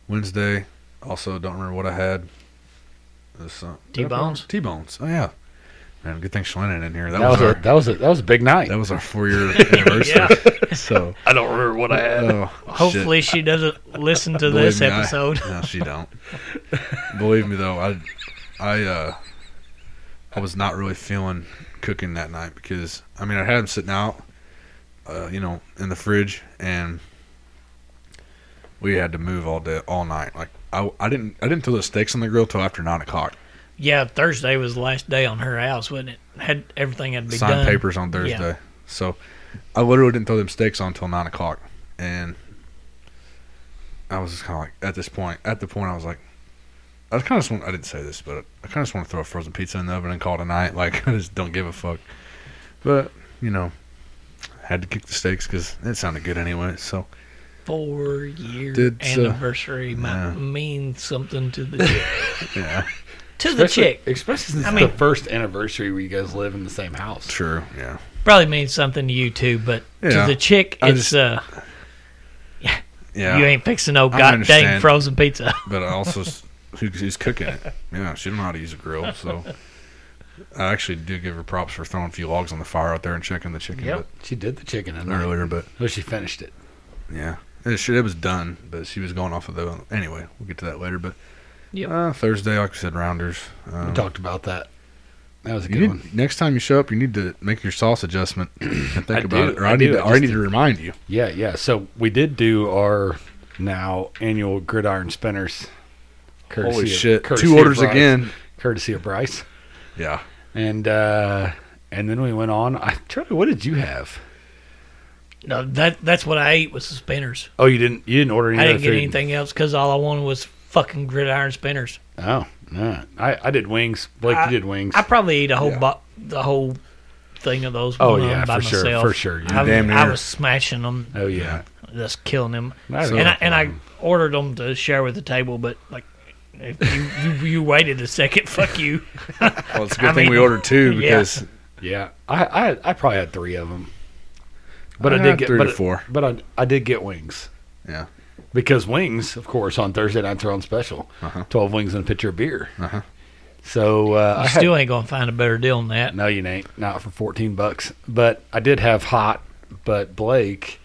Wednesday, also don't remember what I had. This, uh, did I put
T-bones?
on- T-bones. Oh yeah, man, good thing Shannon in here. That,
That,
was,
was,
our
a that was a that was a big night.
that was our four year anniversary. So
I don't remember what I
oh, shit.
hopefully she doesn't listen to
Believe
this
me, I-
episode.
no, she don't. Believe me though, I, I, uh, I was not really feeling cooking that night because I mean I had them sitting out, uh, you know, in the fridge, and we had to move all day, all night. Like I, I didn't, I didn't throw the steaks on the grill till after nine o'clock.
yeah, Thursday was the last day on her house, wasn't it? Had everything had to be
Signed
done.
papers on Thursday, so I literally didn't throw them steaks on till nine o'clock, and I was just kind of like at this point, at the point I was like. I kind of just want, I didn't say this, but I kind of just want to throw a frozen pizza in the oven and call it a night. Like, I just don't give a fuck. But, you know, had to kick the steaks because it sounded good anyway. So,
Four year
Did, uh,
anniversary might
yeah.
mean something to the
yeah.
to the
Especially-
chick.
Especially since
I
it's
mean-
the first anniversary where you guys live in the same house.
True. Yeah.
Probably means something to you too, but
Yeah.
to the chick,
I
it's
just-
uh,
Yeah.
you ain't fixing no
I
god dang
understand.
frozen pizza.
but I also s- who, who's cooking it. Yeah, she don't know how to use a grill, so I actually do give her props for throwing a few logs on the fire out there and checking the chicken
Yep.
She did the chicken in
but,
there.
earlier. But
Oh, she finished it.
yeah, it, should, it was done, but she was going off of the. Anyway, we'll get to that later. But
Yep.
uh, Thursday, like I said, rounders.
We
Um,
talked about that. That was a
you
good
need-
one.
next time you show up, you need to make your sauce adjustment and think
I
about
do,
it, or
I
I, need,
do,
to,
I
or I
just-
need to remind you.
Yeah, yeah. So we did do our now annual gridiron spinners. courtesy
Holy
of-
shit!
courtesy
Two
of
orders
Bryce-
again.
Courtesy of Bryce.
Yeah,
And uh and then we went on. I Charlie, what did you have?
No, that that's what I ate was the spinners.
Oh, you didn't you didn't order any
I
other
didn't get
food.
anything else because all I wanted was fucking gridiron spinners.
Oh, no. I, I did wings. Blake, you did wings.
I probably ate a whole
Yeah.
bo- the whole thing of those.
Oh,
one
yeah,
by
for sure,
myself.
for sure. You
I,
damn
I
near.
was smashing them,
oh yeah.
just killing them.
I
and I,
don't
and I
know.
ordered them to share with the table, but like, if you, you, you waited a second, fuck you.
well, it's a good
I
thing we
mean,
ordered two
yeah.
because
Yeah, I, I I probably had three of them, but I,
I
did
had
get
three
but
to four.
But I I did get wings
yeah,
because wings, of course, on Thursday nights are on special.
Uh-huh.
Twelve wings and a pitcher of beer.
Uh-huh.
So uh, I
You
had-
still ain't gonna find a better deal than that.
no, you ain't not for fourteen bucks. But I did have hot. But Blake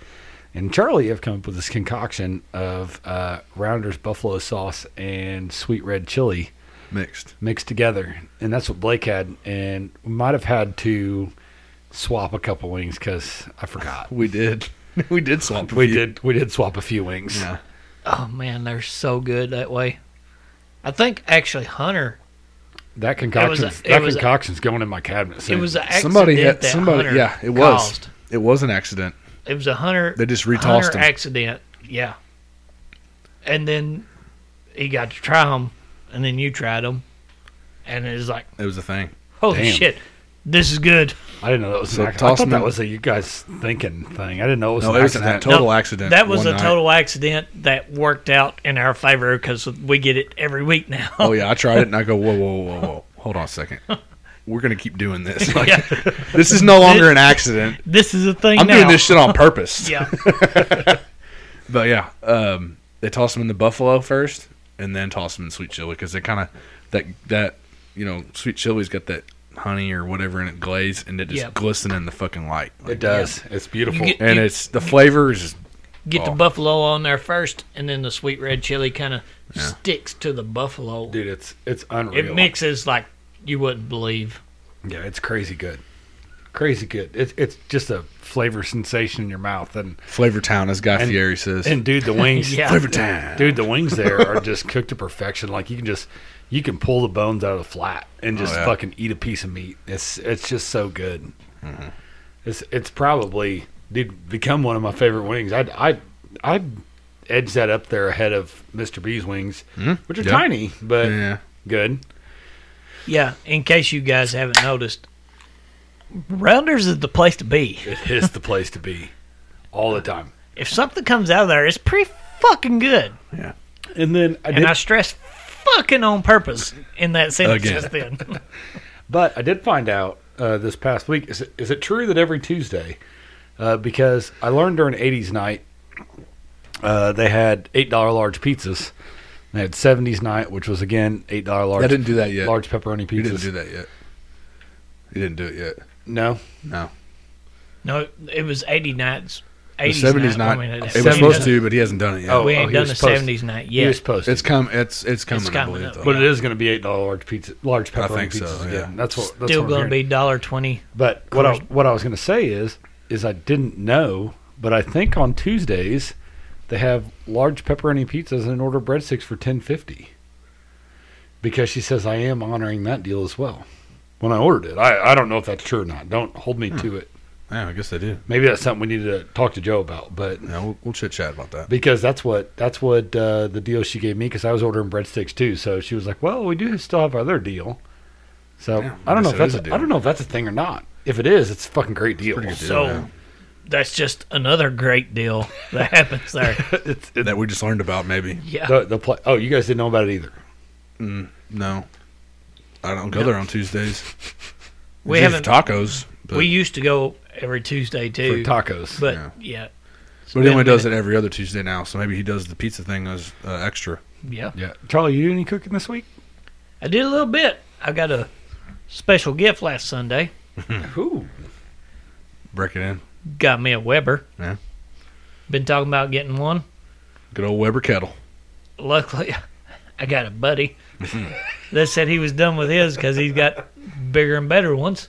and Charlie have come up with this concoction of uh, Rounders buffalo sauce and sweet red chili
mixed.
mixed together, and that's what Blake had. And we might have had to swap a couple wings because I forgot.
We did. we did swap. a
we
few.
did we did swap a few wings.
Yeah.
Oh man, they're so good that way. I think actually Hunter.
That concoction
It was a- it
that
was a-
concoction's going in my cabinet.
It
soon.
was an accident
Somebody had-
that
somebody-
Hunter
yeah, it was.
caused.
It was an accident.
It was a Hunter.
They just retossed
Hunter
him.
accident. Yeah. And then he got to try them, and then you tried them, and it was like,
It was a thing.
holy
Damn.
shit, this is good.
I didn't know that was
So
an accident. I thought
Tossman-
that was a you guys thinking thing. I didn't know it was
No,
an
it was
accident.
a total accident.
That was
one
a
night.
total accident that worked out in our favor because we get it every week now.
Oh yeah, I tried it and I go, whoa, whoa, whoa, whoa. Hold on a second. We're gonna keep doing this. Like,
Yeah.
This is no longer an accident.
This is a thing.
I'm
now.
doing this shit on purpose.
Yeah,
But yeah, um, they tossed him in the buffalo first, and then tossed him in sweet chili because they kind of that that you know sweet chili's got that honey or whatever in it glaze, and it just
Yep.
glisten in the fucking light. Like,
It does. It's beautiful.
You get-
And
You-
it's the flavor is
get the
Oh.
buffalo on there first, and then the sweet red chili kind of sticks to the buffalo.
Dude, it's it's unreal.
it mixes like you wouldn't believe.
Yeah, it's crazy good. Crazy good. It's it's just a flavor sensation in your mouth and
Flavor Town, as Guy
And-
Fieri says.
and dude the wings
Yeah.
Flavor Town.
Dude, the wings there are just cooked to perfection. Like you can just you can pull the bones out of the flat and just
Oh, yeah.
fucking eat a piece of meat. It's it's just so good.
Mm-hmm.
It's it's probably dude become one of my favorite wings. I I I edge that up there ahead of Mr. B's wings,
Mhm.
which are
Yeah.
tiny but
Yeah.
good.
Yeah, in case you guys haven't noticed, Rounders is the place to be.
It is the place to be all the time.
If something comes out of there, it's pretty fucking good.
And then I
And
did,
I stress fucking on purpose in that sentence
Again.
just then.
but I did find out uh, this past week. Is it, is it true that every Tuesday? Uh, because I learned during '80s night uh, they had eight dollar large pizzas. They had '70s night, which was again eight dollar large.
I didn't do that yet.
Large pepperoni pizzas.
you didn't do that yet. You didn't do it yet.
No,
No.
No, it was 80 nights.
The
80s
70s
night.
night.
I mean,
it was
70s
supposed to, but he hasn't done it yet.
Oh,
We ain't
he
done
was
the
supposed-
70s night
yeah. it
yet.
was posted.
it's come. It's it's coming.
coming
I believe,
up.
though.
but it is going to be eight dollar large pizza, large pepperoni
think so,
pizzas
yeah.
again. That's what that's
Still
what I'm
going to
hearing.
be dollar twenty.
But what I,
course.
what I was going to say is is I didn't know, but I think on Tuesdays they have large pepperoni pizzas and an order of breadsticks for ten fifty. Because she says I am honoring that deal as well. When I ordered it, I, I don't know if that's true or not. Don't hold
Hmm.
me to it.
Yeah, I guess they do.
Maybe that's something we need to talk to Joe about. But
Yeah, we'll, we'll chit chat about that.
because that's what that's what uh, the deal she gave me because I was ordering breadsticks too. So she was like, "Well, we do still have our other deal." So
Yeah,
I
I
don't know
guess
if
it is
that's
a
a,
deal.
I don't know if that's a thing or not. If it is, it's a fucking great deal.
pretty good deal.
So
yeah.
that's just another great deal that happens there.
it's, it,
That we just learned about, maybe.
Yeah.
the, the pla- oh, you guys didn't know about it either.
No. I don't go there on Tuesdays.
We
It's
haven't.
just tacos. But,
we used to go every Tuesday too,
for tacos.
but
yeah.
yeah.
but he only does
been-
it every other Tuesday now, so maybe he does the pizza thing as uh, extra.
yeah.
yeah, Charlie, you do any cooking this week?
I did a little bit. I got a special gift last Sunday.
Ooh,
Break it in.
Got me a Weber.
Yeah.
Been talking about getting one.
Good old Weber kettle.
Luckily, I got a buddy that said he was done with his because he's got bigger and better ones.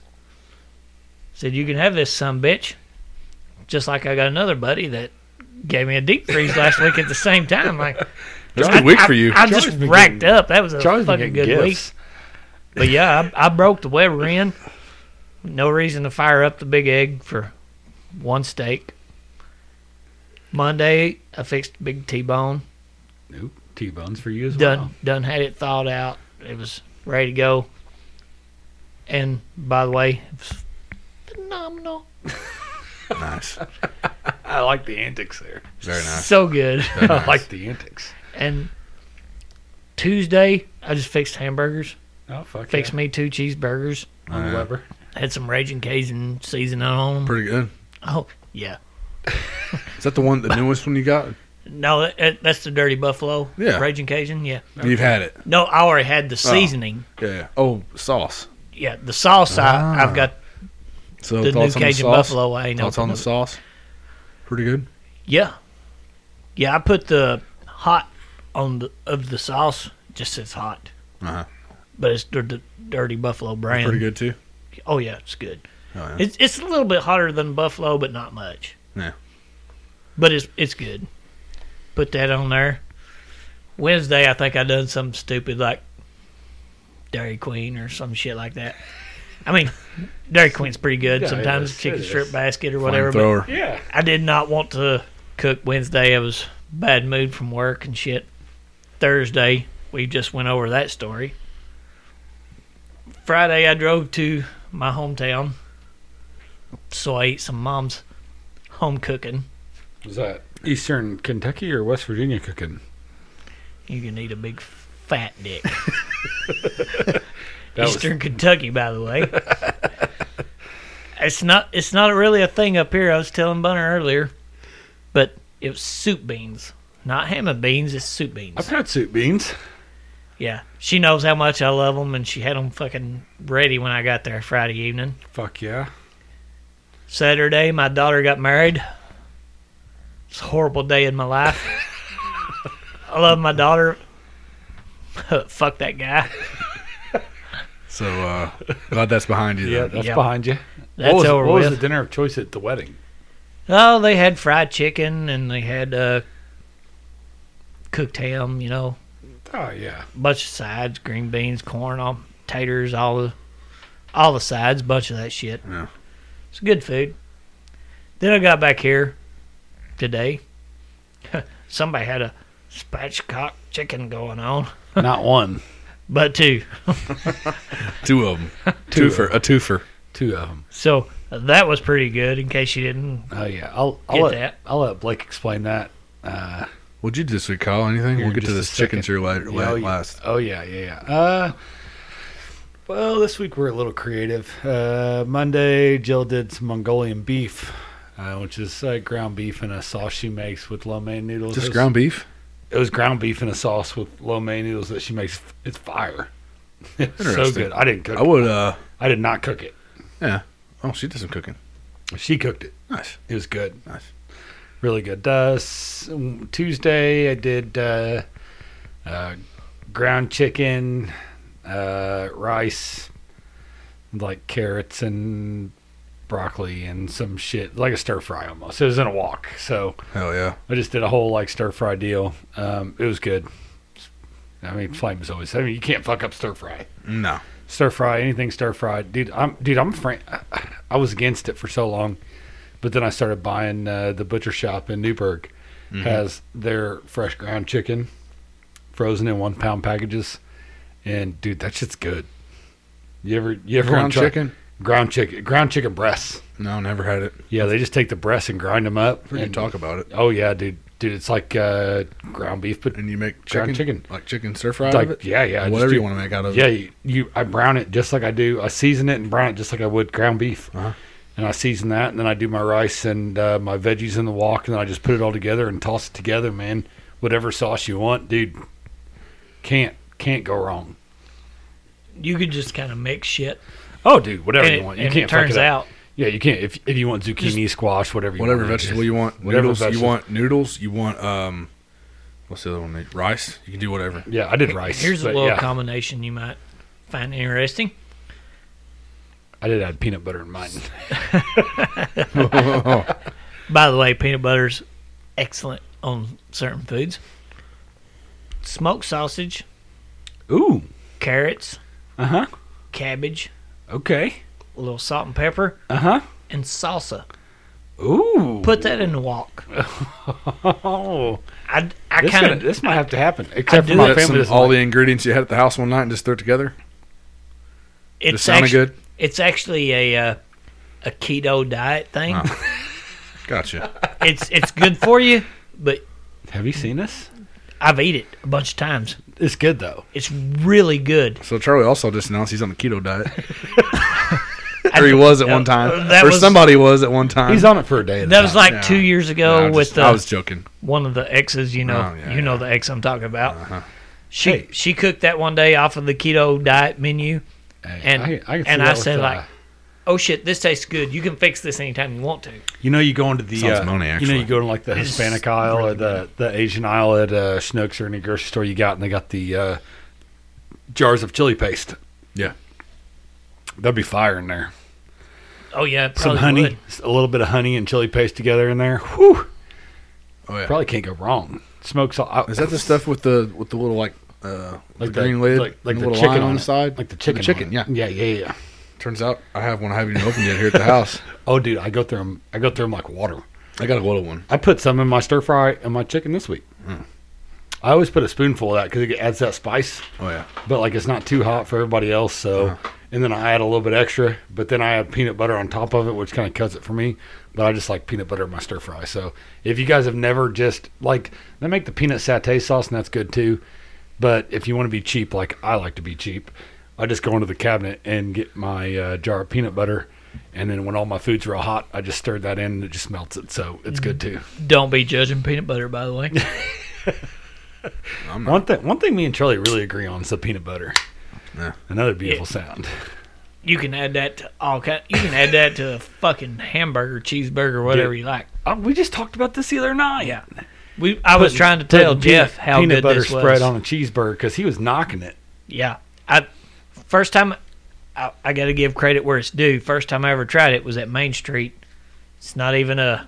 Said you can have this some bitch. Just like I got another buddy that gave me a deep freeze last week at the same time. Like
That's a
I-
good week
I-
for you.
I
Charlie's
just
been
racked
getting-
up. That was a
Charlie's been
fucking
getting
good week.
gifts.
But yeah, I, I broke the Weber in. No reason to fire up the big egg for one steak. Monday, I fixed the big T-bone.
Nope. T-bones for you as
Done,
well.
done. Had it thawed out. It was ready to go. And by the way, it was phenomenal.
Nice.
I like the antics there.
Very nice.
So good.
Very nice.
I like the antics.
and Tuesday, I just fixed hamburgers.
Oh fuck,
Fixed me two cheeseburgers.
on
Yeah.
Weber.
Had some Raging Cajun seasoning on 'em.
Pretty good.
Oh, yeah.
Is that the one, the newest one you got?
No, that- that, that's the Dirty Buffalo.
Yeah. Oh.
Raging Cajun, yeah.
You've had it.
No, I already had the seasoning.
Yeah. yeah. Oh, sauce.
Yeah, the sauce, I, I've got
So
the new
Oh, thoughts on the
Cajun
sauce?
Buffalo. I ain't
Thoughts on the
opened
sauce? Pretty good.
it. Yeah. Yeah, I put the hot on the of the sauce. Just says hot.
Uh-huh.
But it's the, the Dirty Buffalo brand.
Pretty good too.
Oh, yeah, it's good.
Oh, yeah.
It's, it's a little bit hotter than Buffalo, but not much.
Yeah.
But it's it's good. Put that on there. Wednesday, I think I done something stupid like Dairy Queen or some shit like that. I mean, Dairy Queen's pretty good
Yeah, it
sometimes,
is.
chicken
It
strip
is.
basket or whatever. But
Flamethrower.
Yeah.
I did not want to cook Wednesday. I was bad mood from work and shit. Thursday, we just went over that story. Friday, I drove to my hometown, so I ate some mom's home cooking.
Was that Eastern Kentucky or West Virginia cooking?
You can eat a big fat dick.
That was-
Eastern Kentucky, by the way. it's not. It's not really a thing up here. I was telling Bunner earlier, but it was soup beans, not ham and beans. It's soup beans.
I've had soup beans.
Yeah, she knows how much I love them, and she had them fucking ready when I got there Friday evening.
Fuck yeah.
Saturday, my daughter got married. It's a horrible day in my life. I love my daughter. Fuck that guy.
So uh, glad that's behind you.
Yeah,
Then.
that's
Yeah.
behind you.
That's
what was,
over
what was
with.
the dinner of choice at the wedding?
Oh, they had fried chicken and they had uh, cooked ham, you know,
Oh yeah.
bunch of sides, green beans, corn, all taters, all the all the sides, bunch of that shit.
Yeah.
It's good food. Then I got back here today. Somebody had a spatchcock chicken going on,
Not one,
but two.
Two of them.
Two of
twofer. A twofer.
two of them.
So that was pretty good. In case you didn't,
Oh yeah. I'll I'll
Get
let,
that.
I'll let Blake explain that. Uh,
What'd you do this week, Kyle? Anything?
Here,
we'll get to
just
this
a
chicken
second.
here later.
oh,
later
yeah.
last.
Oh yeah, yeah, yeah. Uh, well, this week we're a little creative. Uh, Monday, Jill did some Mongolian beef, uh, which is uh, ground beef in a sauce she makes with lo mein noodles. It
Just
was-
ground beef.
It was ground beef in a sauce with lo mein noodles that she makes. It's fire. It's so
Interesting.
good. I didn't cook.
I
it.
would. uh
I did not cook it.
Yeah. Oh, she did some cooking.
She cooked it.
Nice.
It was good.
Nice.
really good. Uh, s- Tuesday, I did uh, uh, ground chicken, uh, rice, like carrots and broccoli and some shit, like a stir fry almost. It was in a wok, so
Hell yeah.
I just did a whole like stir fry deal. Um, it was good. I mean, flame is always. I mean, you can't fuck up stir fry
No.
stir fry, anything stir fried, dude. I'm dude. I'm afraid. I was against it for so long, but then I started buying uh, the butcher shop in Newburgh
Mm-hmm.
has their fresh ground chicken, frozen in one pound packages, and dude, that shit's good. You ever you ever wanna
Ground
try-
chicken.
ground chicken ground chicken breasts?
No, never had it.
Yeah, they just take the breasts and grind them up.
We can
and-
talk about it.
Oh yeah, dude. dude, it's like uh, ground beef, but
and you make
Ground
chicken,
chicken.
like chicken stir fry out of
like
it,
yeah, yeah, I just
whatever
do-
you want to make out of
Yeah,
it.
you, you I brown it just like I do. I season it and brown it just like I would ground beef.
Uh-huh.
And I season that, and then I do my rice and uh, my veggies in the wok, and then I just put it all together and toss it together, man. Whatever sauce you want, dude. Can't can't go wrong.
You could just kind of mix shit,
Oh, dude, whatever
and,
you
it,
want, you
and
can't
it
fuck
turns
it up.
out
Yeah, you can't if if you want zucchini, squash, whatever you
Whatever
want.
vegetable you want,
Whatever
noodles. You
vegetable.
want noodles. You want um, what's the other one? Rice. You can do whatever.
Yeah, I did rice.
Here's a
but
little
yeah,
combination you might find interesting.
I did add peanut butter in mine.
By the way, peanut butter's excellent on certain foods. Smoked sausage,
Ooh.
carrots,
Uh
Uh-huh.
huh.
cabbage,
Okay.
a little salt and pepper,
Uh huh.
and salsa.
Ooh.
Put that in the wok.
Oh.
I, I
This,
kind
gotta-
of
this might have to happen. Except
do
for
it.
my
Put some-
family. doesn't
all
like-
the ingredients you had at the house one night and just throw it together.
it's
Just sounded
actually,
good.
It's actually a uh, a keto diet thing.
Gotcha.
It's it's good for you, but
Have you seen this?
I've eat it a bunch of times.
It's good though.
It's really good.
so Charlie also just announced he's on the keto diet. or he was at one time.
That
or
was-
somebody was at one time.
He's on it for a day. at a
That was
time.
like
Yeah.
two years
No,
ago
I was
with uh,
just-
the,
I was joking.
one of the exes. You know,
Oh, yeah,
you know
yeah.
the ex I'm talking about.
Uh-huh.
She
Hey.
she cooked that one day off of the keto diet menu.
Hey,
and-
can- can see
and
that
I
with,
said,
uh,
like- Oh shit, this tastes good. You can fix this anytime you want to.
you know, you go into the
Sounds
uh,
money,
you
actually.
know, you go to like the
It's
Hispanic aisle or the, the Asian aisle at uh, Schnucks or any grocery store you got, and they got the uh, jars of chili paste.
Yeah.
That'd be fire in there.
Oh yeah, it
Some
probably
honey,
would.
a little bit of honey and chili paste together in there. Whew,
Oh yeah.
probably can't go wrong. Smokes all.
Is that the stuff with the with the little like uh
Like
the
the-
green lid,
like- like
and
the
little
chicken
line
on
on the
it.
side?
Like the chicken.
chicken, yeah.
on it. Yeah, yeah, yeah.
Turns out I have one I haven't even opened yet here at the house.
Oh, dude, I go through them. I go through them like water.
I got a little one.
I put some in my stir fry and my chicken this week. I always put a spoonful of that because it adds that spice,
Oh yeah.
but like it's not too hot for everybody else. So, and then I add a little bit extra, but then I add peanut butter on top of it, which kind of cuts it for me. But I just like peanut butter in my stir fry. So, if you guys have never just like they make the peanut satay sauce and that's good too, but if you want to be cheap, like I like to be cheap, I just go into the cabinet and get my uh, jar of peanut butter. And then when all my food's real hot, I just stir that in and it just melts it. So it's good too.
Don't be judging peanut butter, by the way.
One thing, one thing, me and Charlie really agree on is the peanut butter.
Yeah.
Another beautiful sound.
you can add that to all kind. You can add that to a fucking hamburger, cheeseburger, whatever you like.
Uh, we just talked about this the other night.
Yeah. We I was trying to tell
Putting
Jeff
peanut,
how
peanut
good
butter
this was.
spread on a cheeseburger because he was knocking it.
Yeah, I first time I, I got to give credit where it's due. First time I ever tried it was at Main Street. It's not even a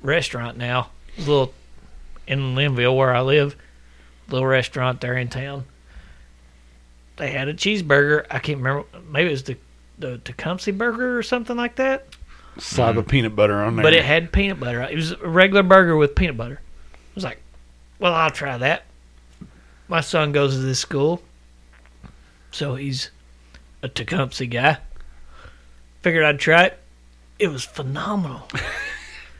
restaurant now. It's a little in Linville where I live, little restaurant there in town. They had a cheeseburger. I can't remember. Maybe it was the the Tecumseh burger or something like that.
Slab of peanut butter on
Mm-hmm.
there.
But it had peanut butter. It was a regular burger with peanut butter. I was like, well, I'll try that. My son goes to this school, so he's a Tecumseh guy. Figured I'd try it. It was phenomenal.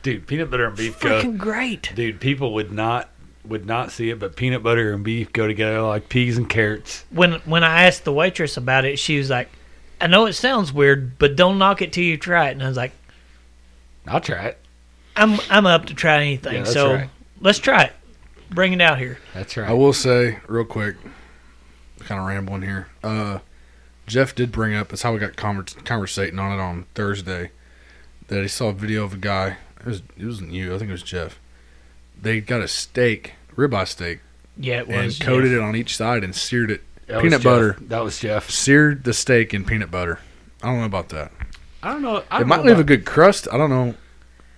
dude, peanut butter and beef go.
Fucking great.
Dude, people would not would not see it, but peanut butter and beef go together like peas and carrots.
When when I asked the waitress about it, she was like, I know it sounds weird, but don't knock it till you try it. And I was like,
I'll try it.
I'm I'm up to try anything.
Yeah, that's
so
right.
let's try it. Bring it out here.
That's
I will say real quick, kind of rambling here. Uh, Jeff did bring up that's how we got convers- conversating on it on Thursday. That he saw a video of a guy. It was it wasn't you. I think it was Jeff. They got a steak, ribeye steak,
Yeah, it
and
was.
coated it on each side and seared it.
That was
peanut
Jeff.
butter.
That was Jeff.
Seared the steak in peanut butter. I don't know about that.
I don't know. I
It
don't
might
know
leave a
about-
good crust. I don't know.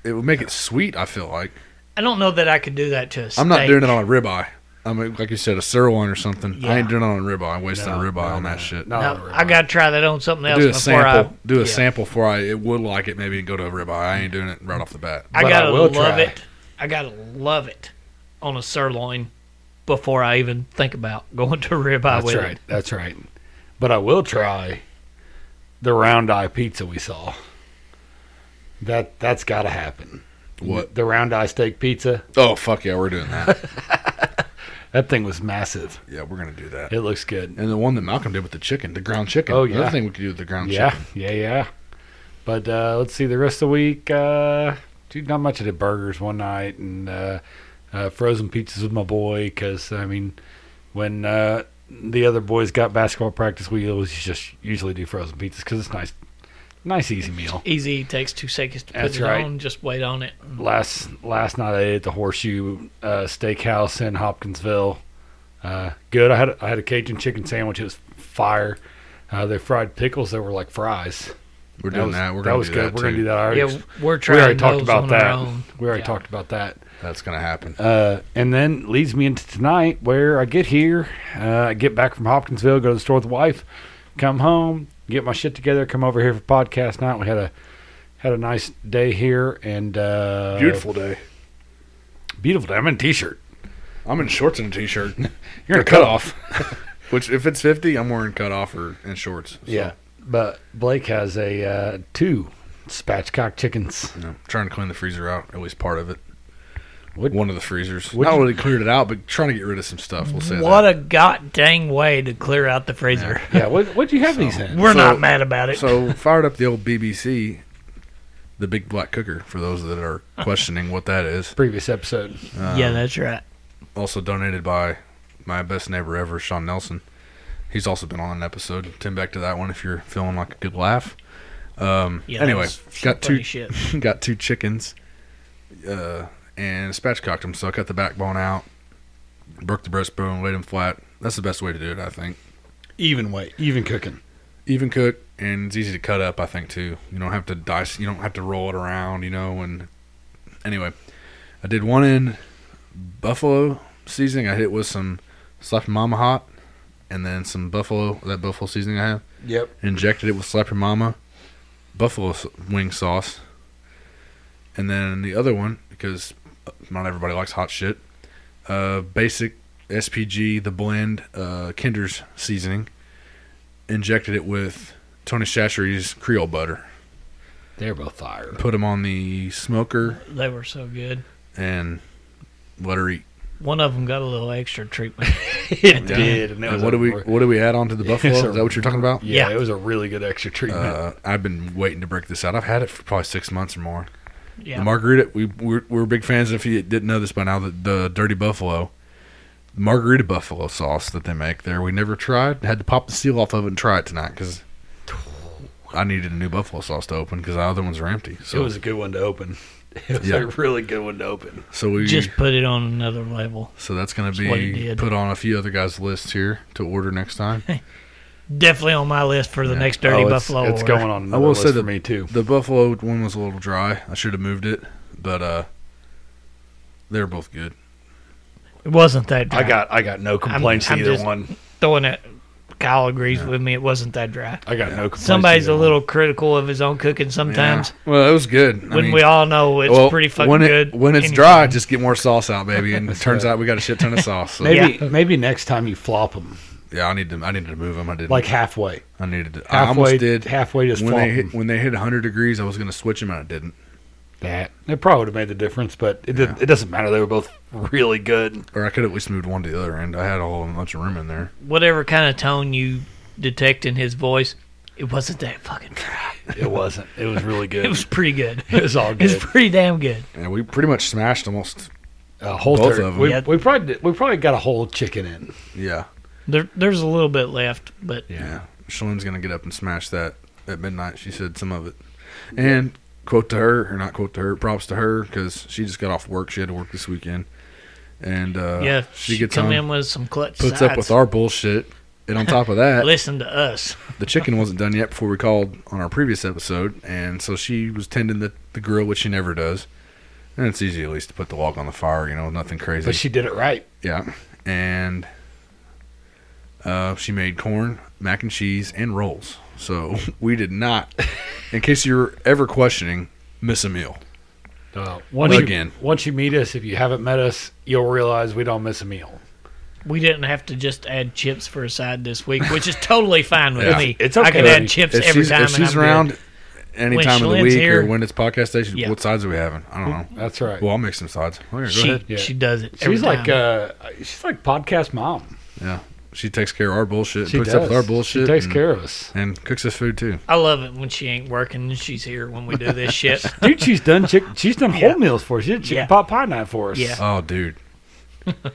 It would make it sweet. I feel like
I don't know that I could do that to a
I'm not
steak.
doing it on a ribeye. I mean, like you said, a sirloin or something. I
Yeah.
ain't doing it on a ribeye. I'm wasting
No,
a ribeye
no,
on
no,
that
no.
shit.
No,
No,
ribeye.
I gotta try that on something else
do a
before
sample.
I
do a
yeah.
sample before I it would like it. Maybe and go to a ribeye. I ain't doing it right off the bat.
I
but I
gotta
will
love
try.
it. I gotta love it on a sirloin before I even think about going to ribeye
That's
with
right.
it.
That's right. But I will try the round eye pizza we saw. That that's got to happen.
What?
The round eye steak pizza.
Oh fuck yeah, we're doing that.
That thing was massive.
yeah, we're gonna do that.
It looks good.
And the one that Malcolm did with the chicken, the ground chicken.
Oh, yeah.
Another thing we could do with the ground
Yeah,
chicken.
yeah, yeah. But uh, let's see the rest of the week. Uh, dude, not much. I did burgers one night and uh, uh, frozen pizzas with my boy because I mean, when uh, the other boys got basketball practice, we always just usually do frozen pizzas because it's nice, nice easy meal.
Easy takes two seconds to put
That's
it
right.
on. Just wait on it.
last last night I ate at the Horseshoe uh, Steakhouse in Hopkinsville. Uh, good. I had I had a Cajun chicken sandwich. It was fire. Uh, they fried pickles that were like fries.
We're doing that.
was,
We're
that
gonna
was
do
good.
that
We're
too.
gonna do that. I already,
Yeah, we're
we
trying.
already talked
those
about
on
that.
Our own.
We already
Yeah.
talked about that.
That's gonna happen.
Uh, and then leads me into tonight, where I get here, uh, I get back from Hopkinsville, go to the store with the wife, come home, get my shit together, come over here for podcast night. We had a had a nice day here and uh,
Beautiful day.
beautiful day. I'm in a t-shirt.
I'm in shorts and a t-shirt.
You're
Or
in a cutoff.
Which, if it's 50, I'm wearing cutoff or and shorts. So,
Yeah, but Blake has a uh, two spatchcock chickens.
You know, trying to clean the freezer out, at least part of it.
What-
One of the freezers.
what
Not
you-
really cleared it out, but trying to get rid of some stuff. We'll say
What
that.
a god dang way to clear out the freezer.
Yeah, what what do you have these in?
We're
So-
not mad about it.
so fired up the old BBC, the big black cooker. For those that are questioning what that is.
Previous episode.
Um,
yeah, that's right.
Also donated by my best neighbor ever, Sean Nelson. He's also been on an episode. Tim, back to that one if you're feeling like a good laugh. Um,
Yeah, that
anyway,
was some
got
funny
two
shit.
got two chickens uh, and spatchcocked them. So I cut the backbone out, broke the breastbone, laid them flat. That's the best way to do it, I think.
Even weight, even cooking.
Even cook, and it's easy to cut up, I think, too. You don't have to dice, you don't have to roll it around, you know. And anyway, I did one in buffalo seasoning. I hit with some slapping mama hot, and then some buffalo that buffalo seasoning I have
Yep.
injected it with Slapper Mama buffalo s- wing sauce. And then the other one, because not everybody likes hot shit, uh, basic SPG, the blend, uh, Kinder's seasoning, injected it with Tony Shachery's Creole butter.
They're both fire.
Put them on the smoker
They were so good.
and let her eat.
One of them got a little extra treatment.
it
Yeah.
did, and it
And
was
Uh, what
a
do we
re-
what do we add onto the
It's
buffalo?
a-
Is that what you're talking about?
Yeah,
Yeah.
it was a really good extra treatment.
Uh, I've been waiting to break this out. I've had it for probably six months or more.
yeah.
The margarita, we we're, we're big fans. If you didn't know this by now, the, the Dirty Buffalo, margarita buffalo sauce that they make there, we never tried. Had to pop the seal off of it and try it tonight because I needed a new buffalo sauce to open because the other ones were empty. So,
it was a good one to open. It was
Yeah.
a really good one to open.
so we
Just put it on another level.
so that's going to
what he
be
did.
put on a few other guys' lists here to order next time.
Definitely on my list for the
Yeah.
next Dirty
Oh, it's,
Buffalo.
It's
order.
going on.
I
Another
will
list
say
for
that-
me too.
the buffalo one was a little dry. I should have moved it, but uh, they're both good.
It wasn't that dry.
I got I got no complaints
I'm
to either
just-
one.
throwing it. Kyle agrees with me. It wasn't that dry.
I got no complaints. to
Somebody's
either
a
one.
little critical of his own cooking sometimes.
Yeah. Well, it was good. I
When
mean-
we all know it's
Well,
pretty fucking
when it-
good.
When it's
anyway.
dry, just get more sauce out, baby. And it turns
right.
out we got a shit ton of sauce. So,
Maybe maybe next time you flop them
yeah, I need to. I needed to move them. I didn't.
like halfway,
I needed. To, I
halfway,
almost did.
halfway just
When
flop
they
'em.
hit, when they hit 100 degrees, I was going to switch them, and I didn't.
that. It probably would have made the difference, but it, did, it doesn't matter. They were both really good.
Or I could at least moved one to the other end. I had a whole bunch of room in there.
Whatever kind of tone you detect in his voice, it wasn't that fucking dry.
It wasn't. It was really good.
It was pretty good.
It was all
It's
good.
pretty damn good.
And we pretty much smashed almost.
A whole
both
turkey.
of 'em.
We,
Yeah.
we probably did, we probably got a whole chicken in.
Yeah,
There, there's a little bit left, but
yeah. Shalene's going to get up and smash that at midnight. She said some of it. And quote to her, or not quote to her, props to her because she just got off work. She had to work this weekend. And uh,
yeah,
she gets
come
home.
in with some clutch.
puts
sides.
up with our bullshit. And on top of that,
Listen to us.
the chicken wasn't done yet before we called on our previous episode, and so she was tending the, the grill, which she never does. And it's easy at least to put the log on the fire, you know, nothing crazy.
But she did it right.
yeah. And uh, she made corn, mac and cheese, and rolls. So we did not, in case you're ever questioning, miss a meal.
Uh, once
Again.
You, once you meet us, if you haven't met us, you'll realize we don't miss a meal.
We didn't have to just add chips for a side this week, which is totally fine with
Yeah.
me.
It's
I can
okay.
add chips
If
every
she's,
time.
if
and
she's
I'm
around,
good.
any
When
time of the
Shalene's
week or
here-
when it's podcast station.
Yeah.
What sides are we having? I don't know.
That's right.
Well, I'll make some sides. Well, here, go
she
ahead.
yeah.
she does it. every
she's like
time.
uh, she's like podcast mom.
Yeah, she takes care of our bullshit.
She
puts
does.
up with our bullshit.
She takes
and,
care of us.
and cooks us food too.
I love it when she ain't working and she's here when we do this shit.
Dude, she's done chick, she's done
Yeah.
whole meals for us. She did chicken
Yeah.
pot pie night for us.
Yeah.
Oh, dude,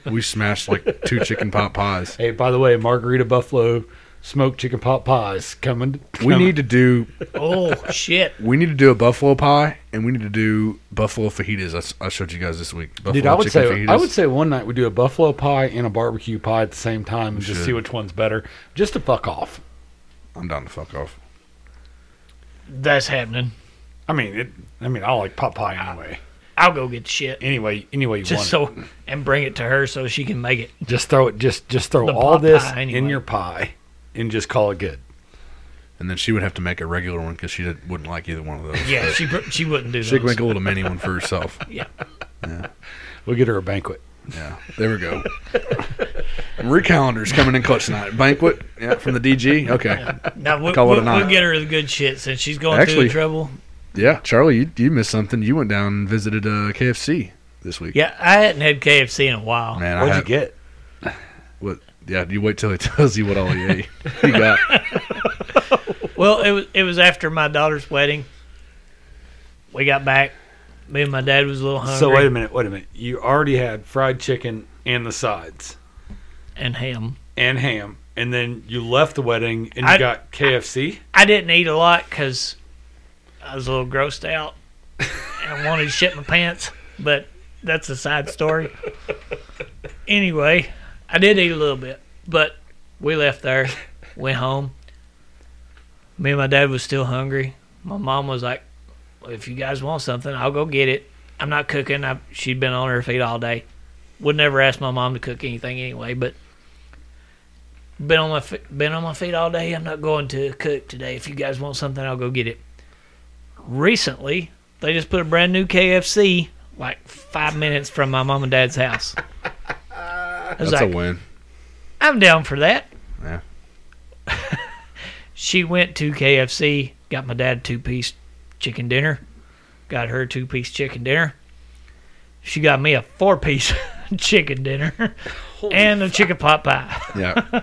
we smashed like two chicken pot pies.
Hey, by the way, margarita buffalo smoked chicken pot pies coming.
We
coming.
need to do
Oh shit!
we need to do a buffalo pie and we need to do buffalo fajitas. I s- I, showed you guys this week. Buffalo
Dude, I would say
chicken
I would say one night we do a buffalo pie and a barbecue pie at the same time and just
should.
see which one's better, just to fuck off.
I'm down to fuck off.
That's happening.
I mean, it. I mean, I like pot pie anyway.
I'll go get shit
Anyway, anyway you want.
just
it.
so and bring it to her so she can make it.
just throw it. Just just throw
The
all
pot
this
pie
in
anyway.
your pie and just call it good.
And then she would have to make a regular one because she did, wouldn't like either one of those.
Yeah, she pr- she wouldn't do
She could make
that.
a little mini one for herself.
Yeah,
We'll get her a banquet.
Yeah, there we go. Recalendar's coming in clutch tonight. Banquet, yeah, from the DG. Okay,
now we,
Call it
we,
a night.
we'll get her the good shit since she's going
Actually-
through trouble.
yeah, Charlie, you, you missed something. You went down and visited uh, KFC this week.
Yeah, I hadn't had KFC in a while.
man, I
What'd
had,
you get?
What? Yeah, you wait till he tells you what all he ate. he got.
Well, it was it was after my daughter's wedding. We got back. Me and my dad was a little hungry.
So wait a minute. Wait a minute. You already had fried chicken and the sides
and ham.
and ham, and then you left the wedding and you
I-
got KFC.
I didn't eat a lot because I was a little grossed out and wanted to shit my pants, but that's a side story. Anyway, I did eat a little bit, but we left there, went home. Me and my dad was still hungry. My mom was like, well, "If you guys want something, I'll go get it. I'm not cooking. I, she'd been on her feet all day. Would never ask my mom to cook anything anyway, but been on my fe- been on my feet all day. I'm not going to cook today. If you guys want something, I'll go get it. Recently, they just put a brand new KFC like five minutes from my mom and dad's house. I was
That's
like,
a win.
I'm down for that.
Yeah.
she went to KFC, got my dad two piece chicken dinner, got her two piece chicken dinner. She got me a four piece chicken dinner and a chicken pot pie
Yeah,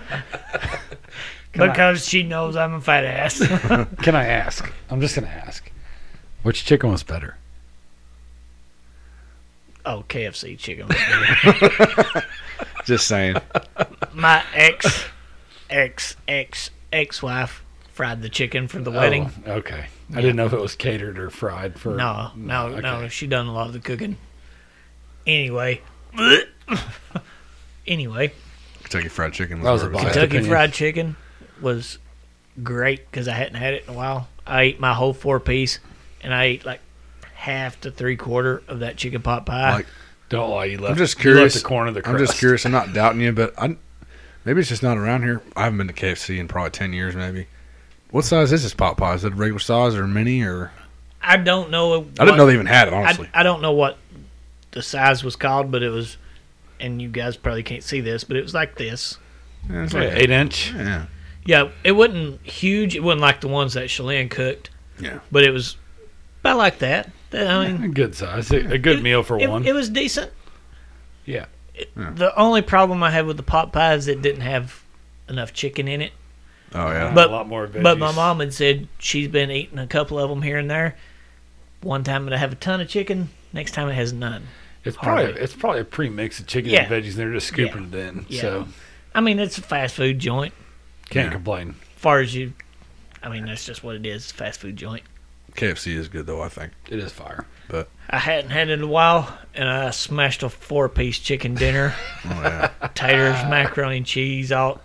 Come on.
because she knows I'm a fat ass.
Can I ask? I'm just gonna ask. Which chicken was better?
oh, KFC chicken.
just saying.
My ex, ex, ex, ex wife fried the chicken for the wedding.
Oh, okay. I didn't know if it was catered or fried for. mm,
No,
Mm,
no,
okay.
no. She done a lot of the cooking. Anyway. anyway,
Kentucky Fried Chicken.
That was
where it
a biased
at.
Kentucky
opinion.
Fried Chicken was great because I hadn't had it in a while. I ate my whole four piece, and I ate like half to three quarter of that chicken pot pie.
Like,
Don't lie. You left.
I'm just
you left
curious.
the corner of the
I'm
crust.
just curious. I'm not doubting you, but I maybe it's just not around here. I haven't been to KFC in probably ten years, maybe. What size is this pot pie? Is it regular size or mini or?
I don't know.
I
what-
didn't know they even had it. Honestly,
I, I don't know what the size was called, but it was, and you guys probably can't see this, but it was like this.
yeah, it's
Yeah,
like-
eight inch.
yeah.
Yeah, it wasn't huge. It wasn't like the ones that Shalane cooked.
Yeah.
But it was about like that. That- I mean,
A good size. A a good meal for
it,
one.
it was decent.
yeah.
The only problem I had with the pot pie is it didn't have enough chicken in it.
Oh yeah.
But-
a lot more veggies.
But my mom had said she's been eating a couple of them here and there. One time it'll have a ton of chicken. Next time it has none.
It's probably
Hardly.
it's probably a pre-mix of chicken
Yeah.
and veggies. and They're just scooping it in,
Yeah.
so
I mean, it's a fast food joint.
can't
Yeah.
complain.
far as you, I mean, that's just what it is. Fast food joint.
KFC is good though. I think.
It is fire.
I hadn't had it in a while, and I smashed a four-piece chicken dinner,
Oh yeah.
taters, macaroni and cheese, all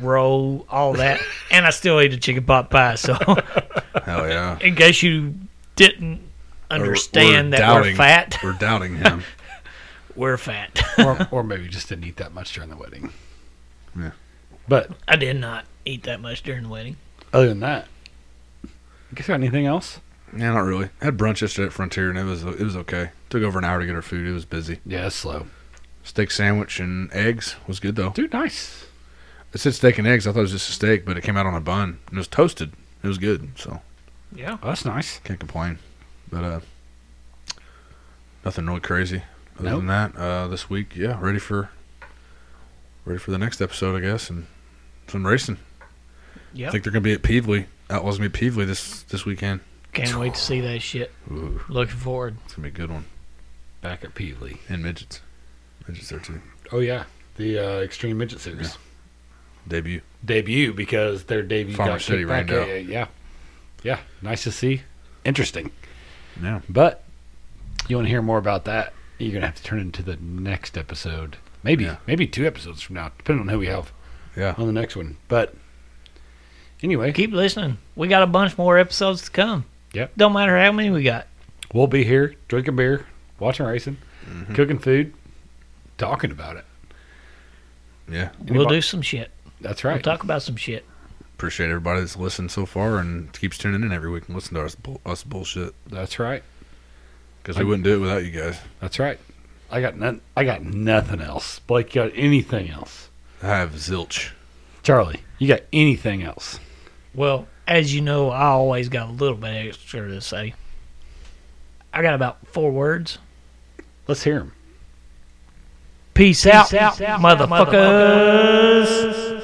roll, all that, and I still ate a chicken pot pie. So,
Hell yeah.
in case you didn't understand
Or- or
that we're
doubting-
fat,
We're doubting him.
we're fat.
or, or maybe just didn't eat that much during the wedding.
Yeah.
But
I did not eat that much during the wedding.
other than that, you guys got anything else?
Yeah, not really. I had brunch yesterday at Frontier, and it was it was okay. Took over an hour to get our food. It was busy.
Yeah, it's slow.
Steak sandwich and eggs was good though.
Dude, nice.
It said steak and eggs. I thought it was just a steak, but it came out on a bun and it was toasted. It was good. So
Yeah.
Oh, that's nice.
Can't complain. But uh nothing really crazy. Other
Nope.
than that, uh this week, yeah, ready for ready for the next episode, I guess, and some racing. I
Yep.
think they're gonna be at Peevely. Outlaws gonna be at Peevely this this weekend.
Can't wait to see that shit.
Ooh,
Looking forward.
it's gonna be a good one.
Back at Peely.
And midgets. Midgets there too.
Oh yeah, the uh, Extreme Midget Series
Debut.
debut because their debut
Farmer
got
City
kicked back.
rained out.
Yeah, yeah, yeah. Nice to see. Interesting.
Yeah.
But you want to hear more about that? You're gonna have to turn into the next episode. Maybe,
Yeah.
maybe two episodes from now, depending on who we have
Yeah.
on the next one. But anyway,
Keep listening. We got a bunch more episodes to come.
Yep.
Don't matter how many we got.
we'll be here drinking beer, watching racing, cooking food, talking about it.
Yeah.
we'll
Anybody-
do some shit.
That's
We'll
right.
talk about some shit.
Appreciate everybody that's listened so far and keeps tuning in every week and listen to us, bull- us bullshit
That's right.
because we wouldn't do it without you guys.
That's right. I got nothing. I got nothing else. Blake, you got anything else?
I have zilch.
Charlie, you got anything else?
Well, as you know, I always got a little bit extra to say. I got about four words.
Let's hear him.
Peace, out, motherfuckers.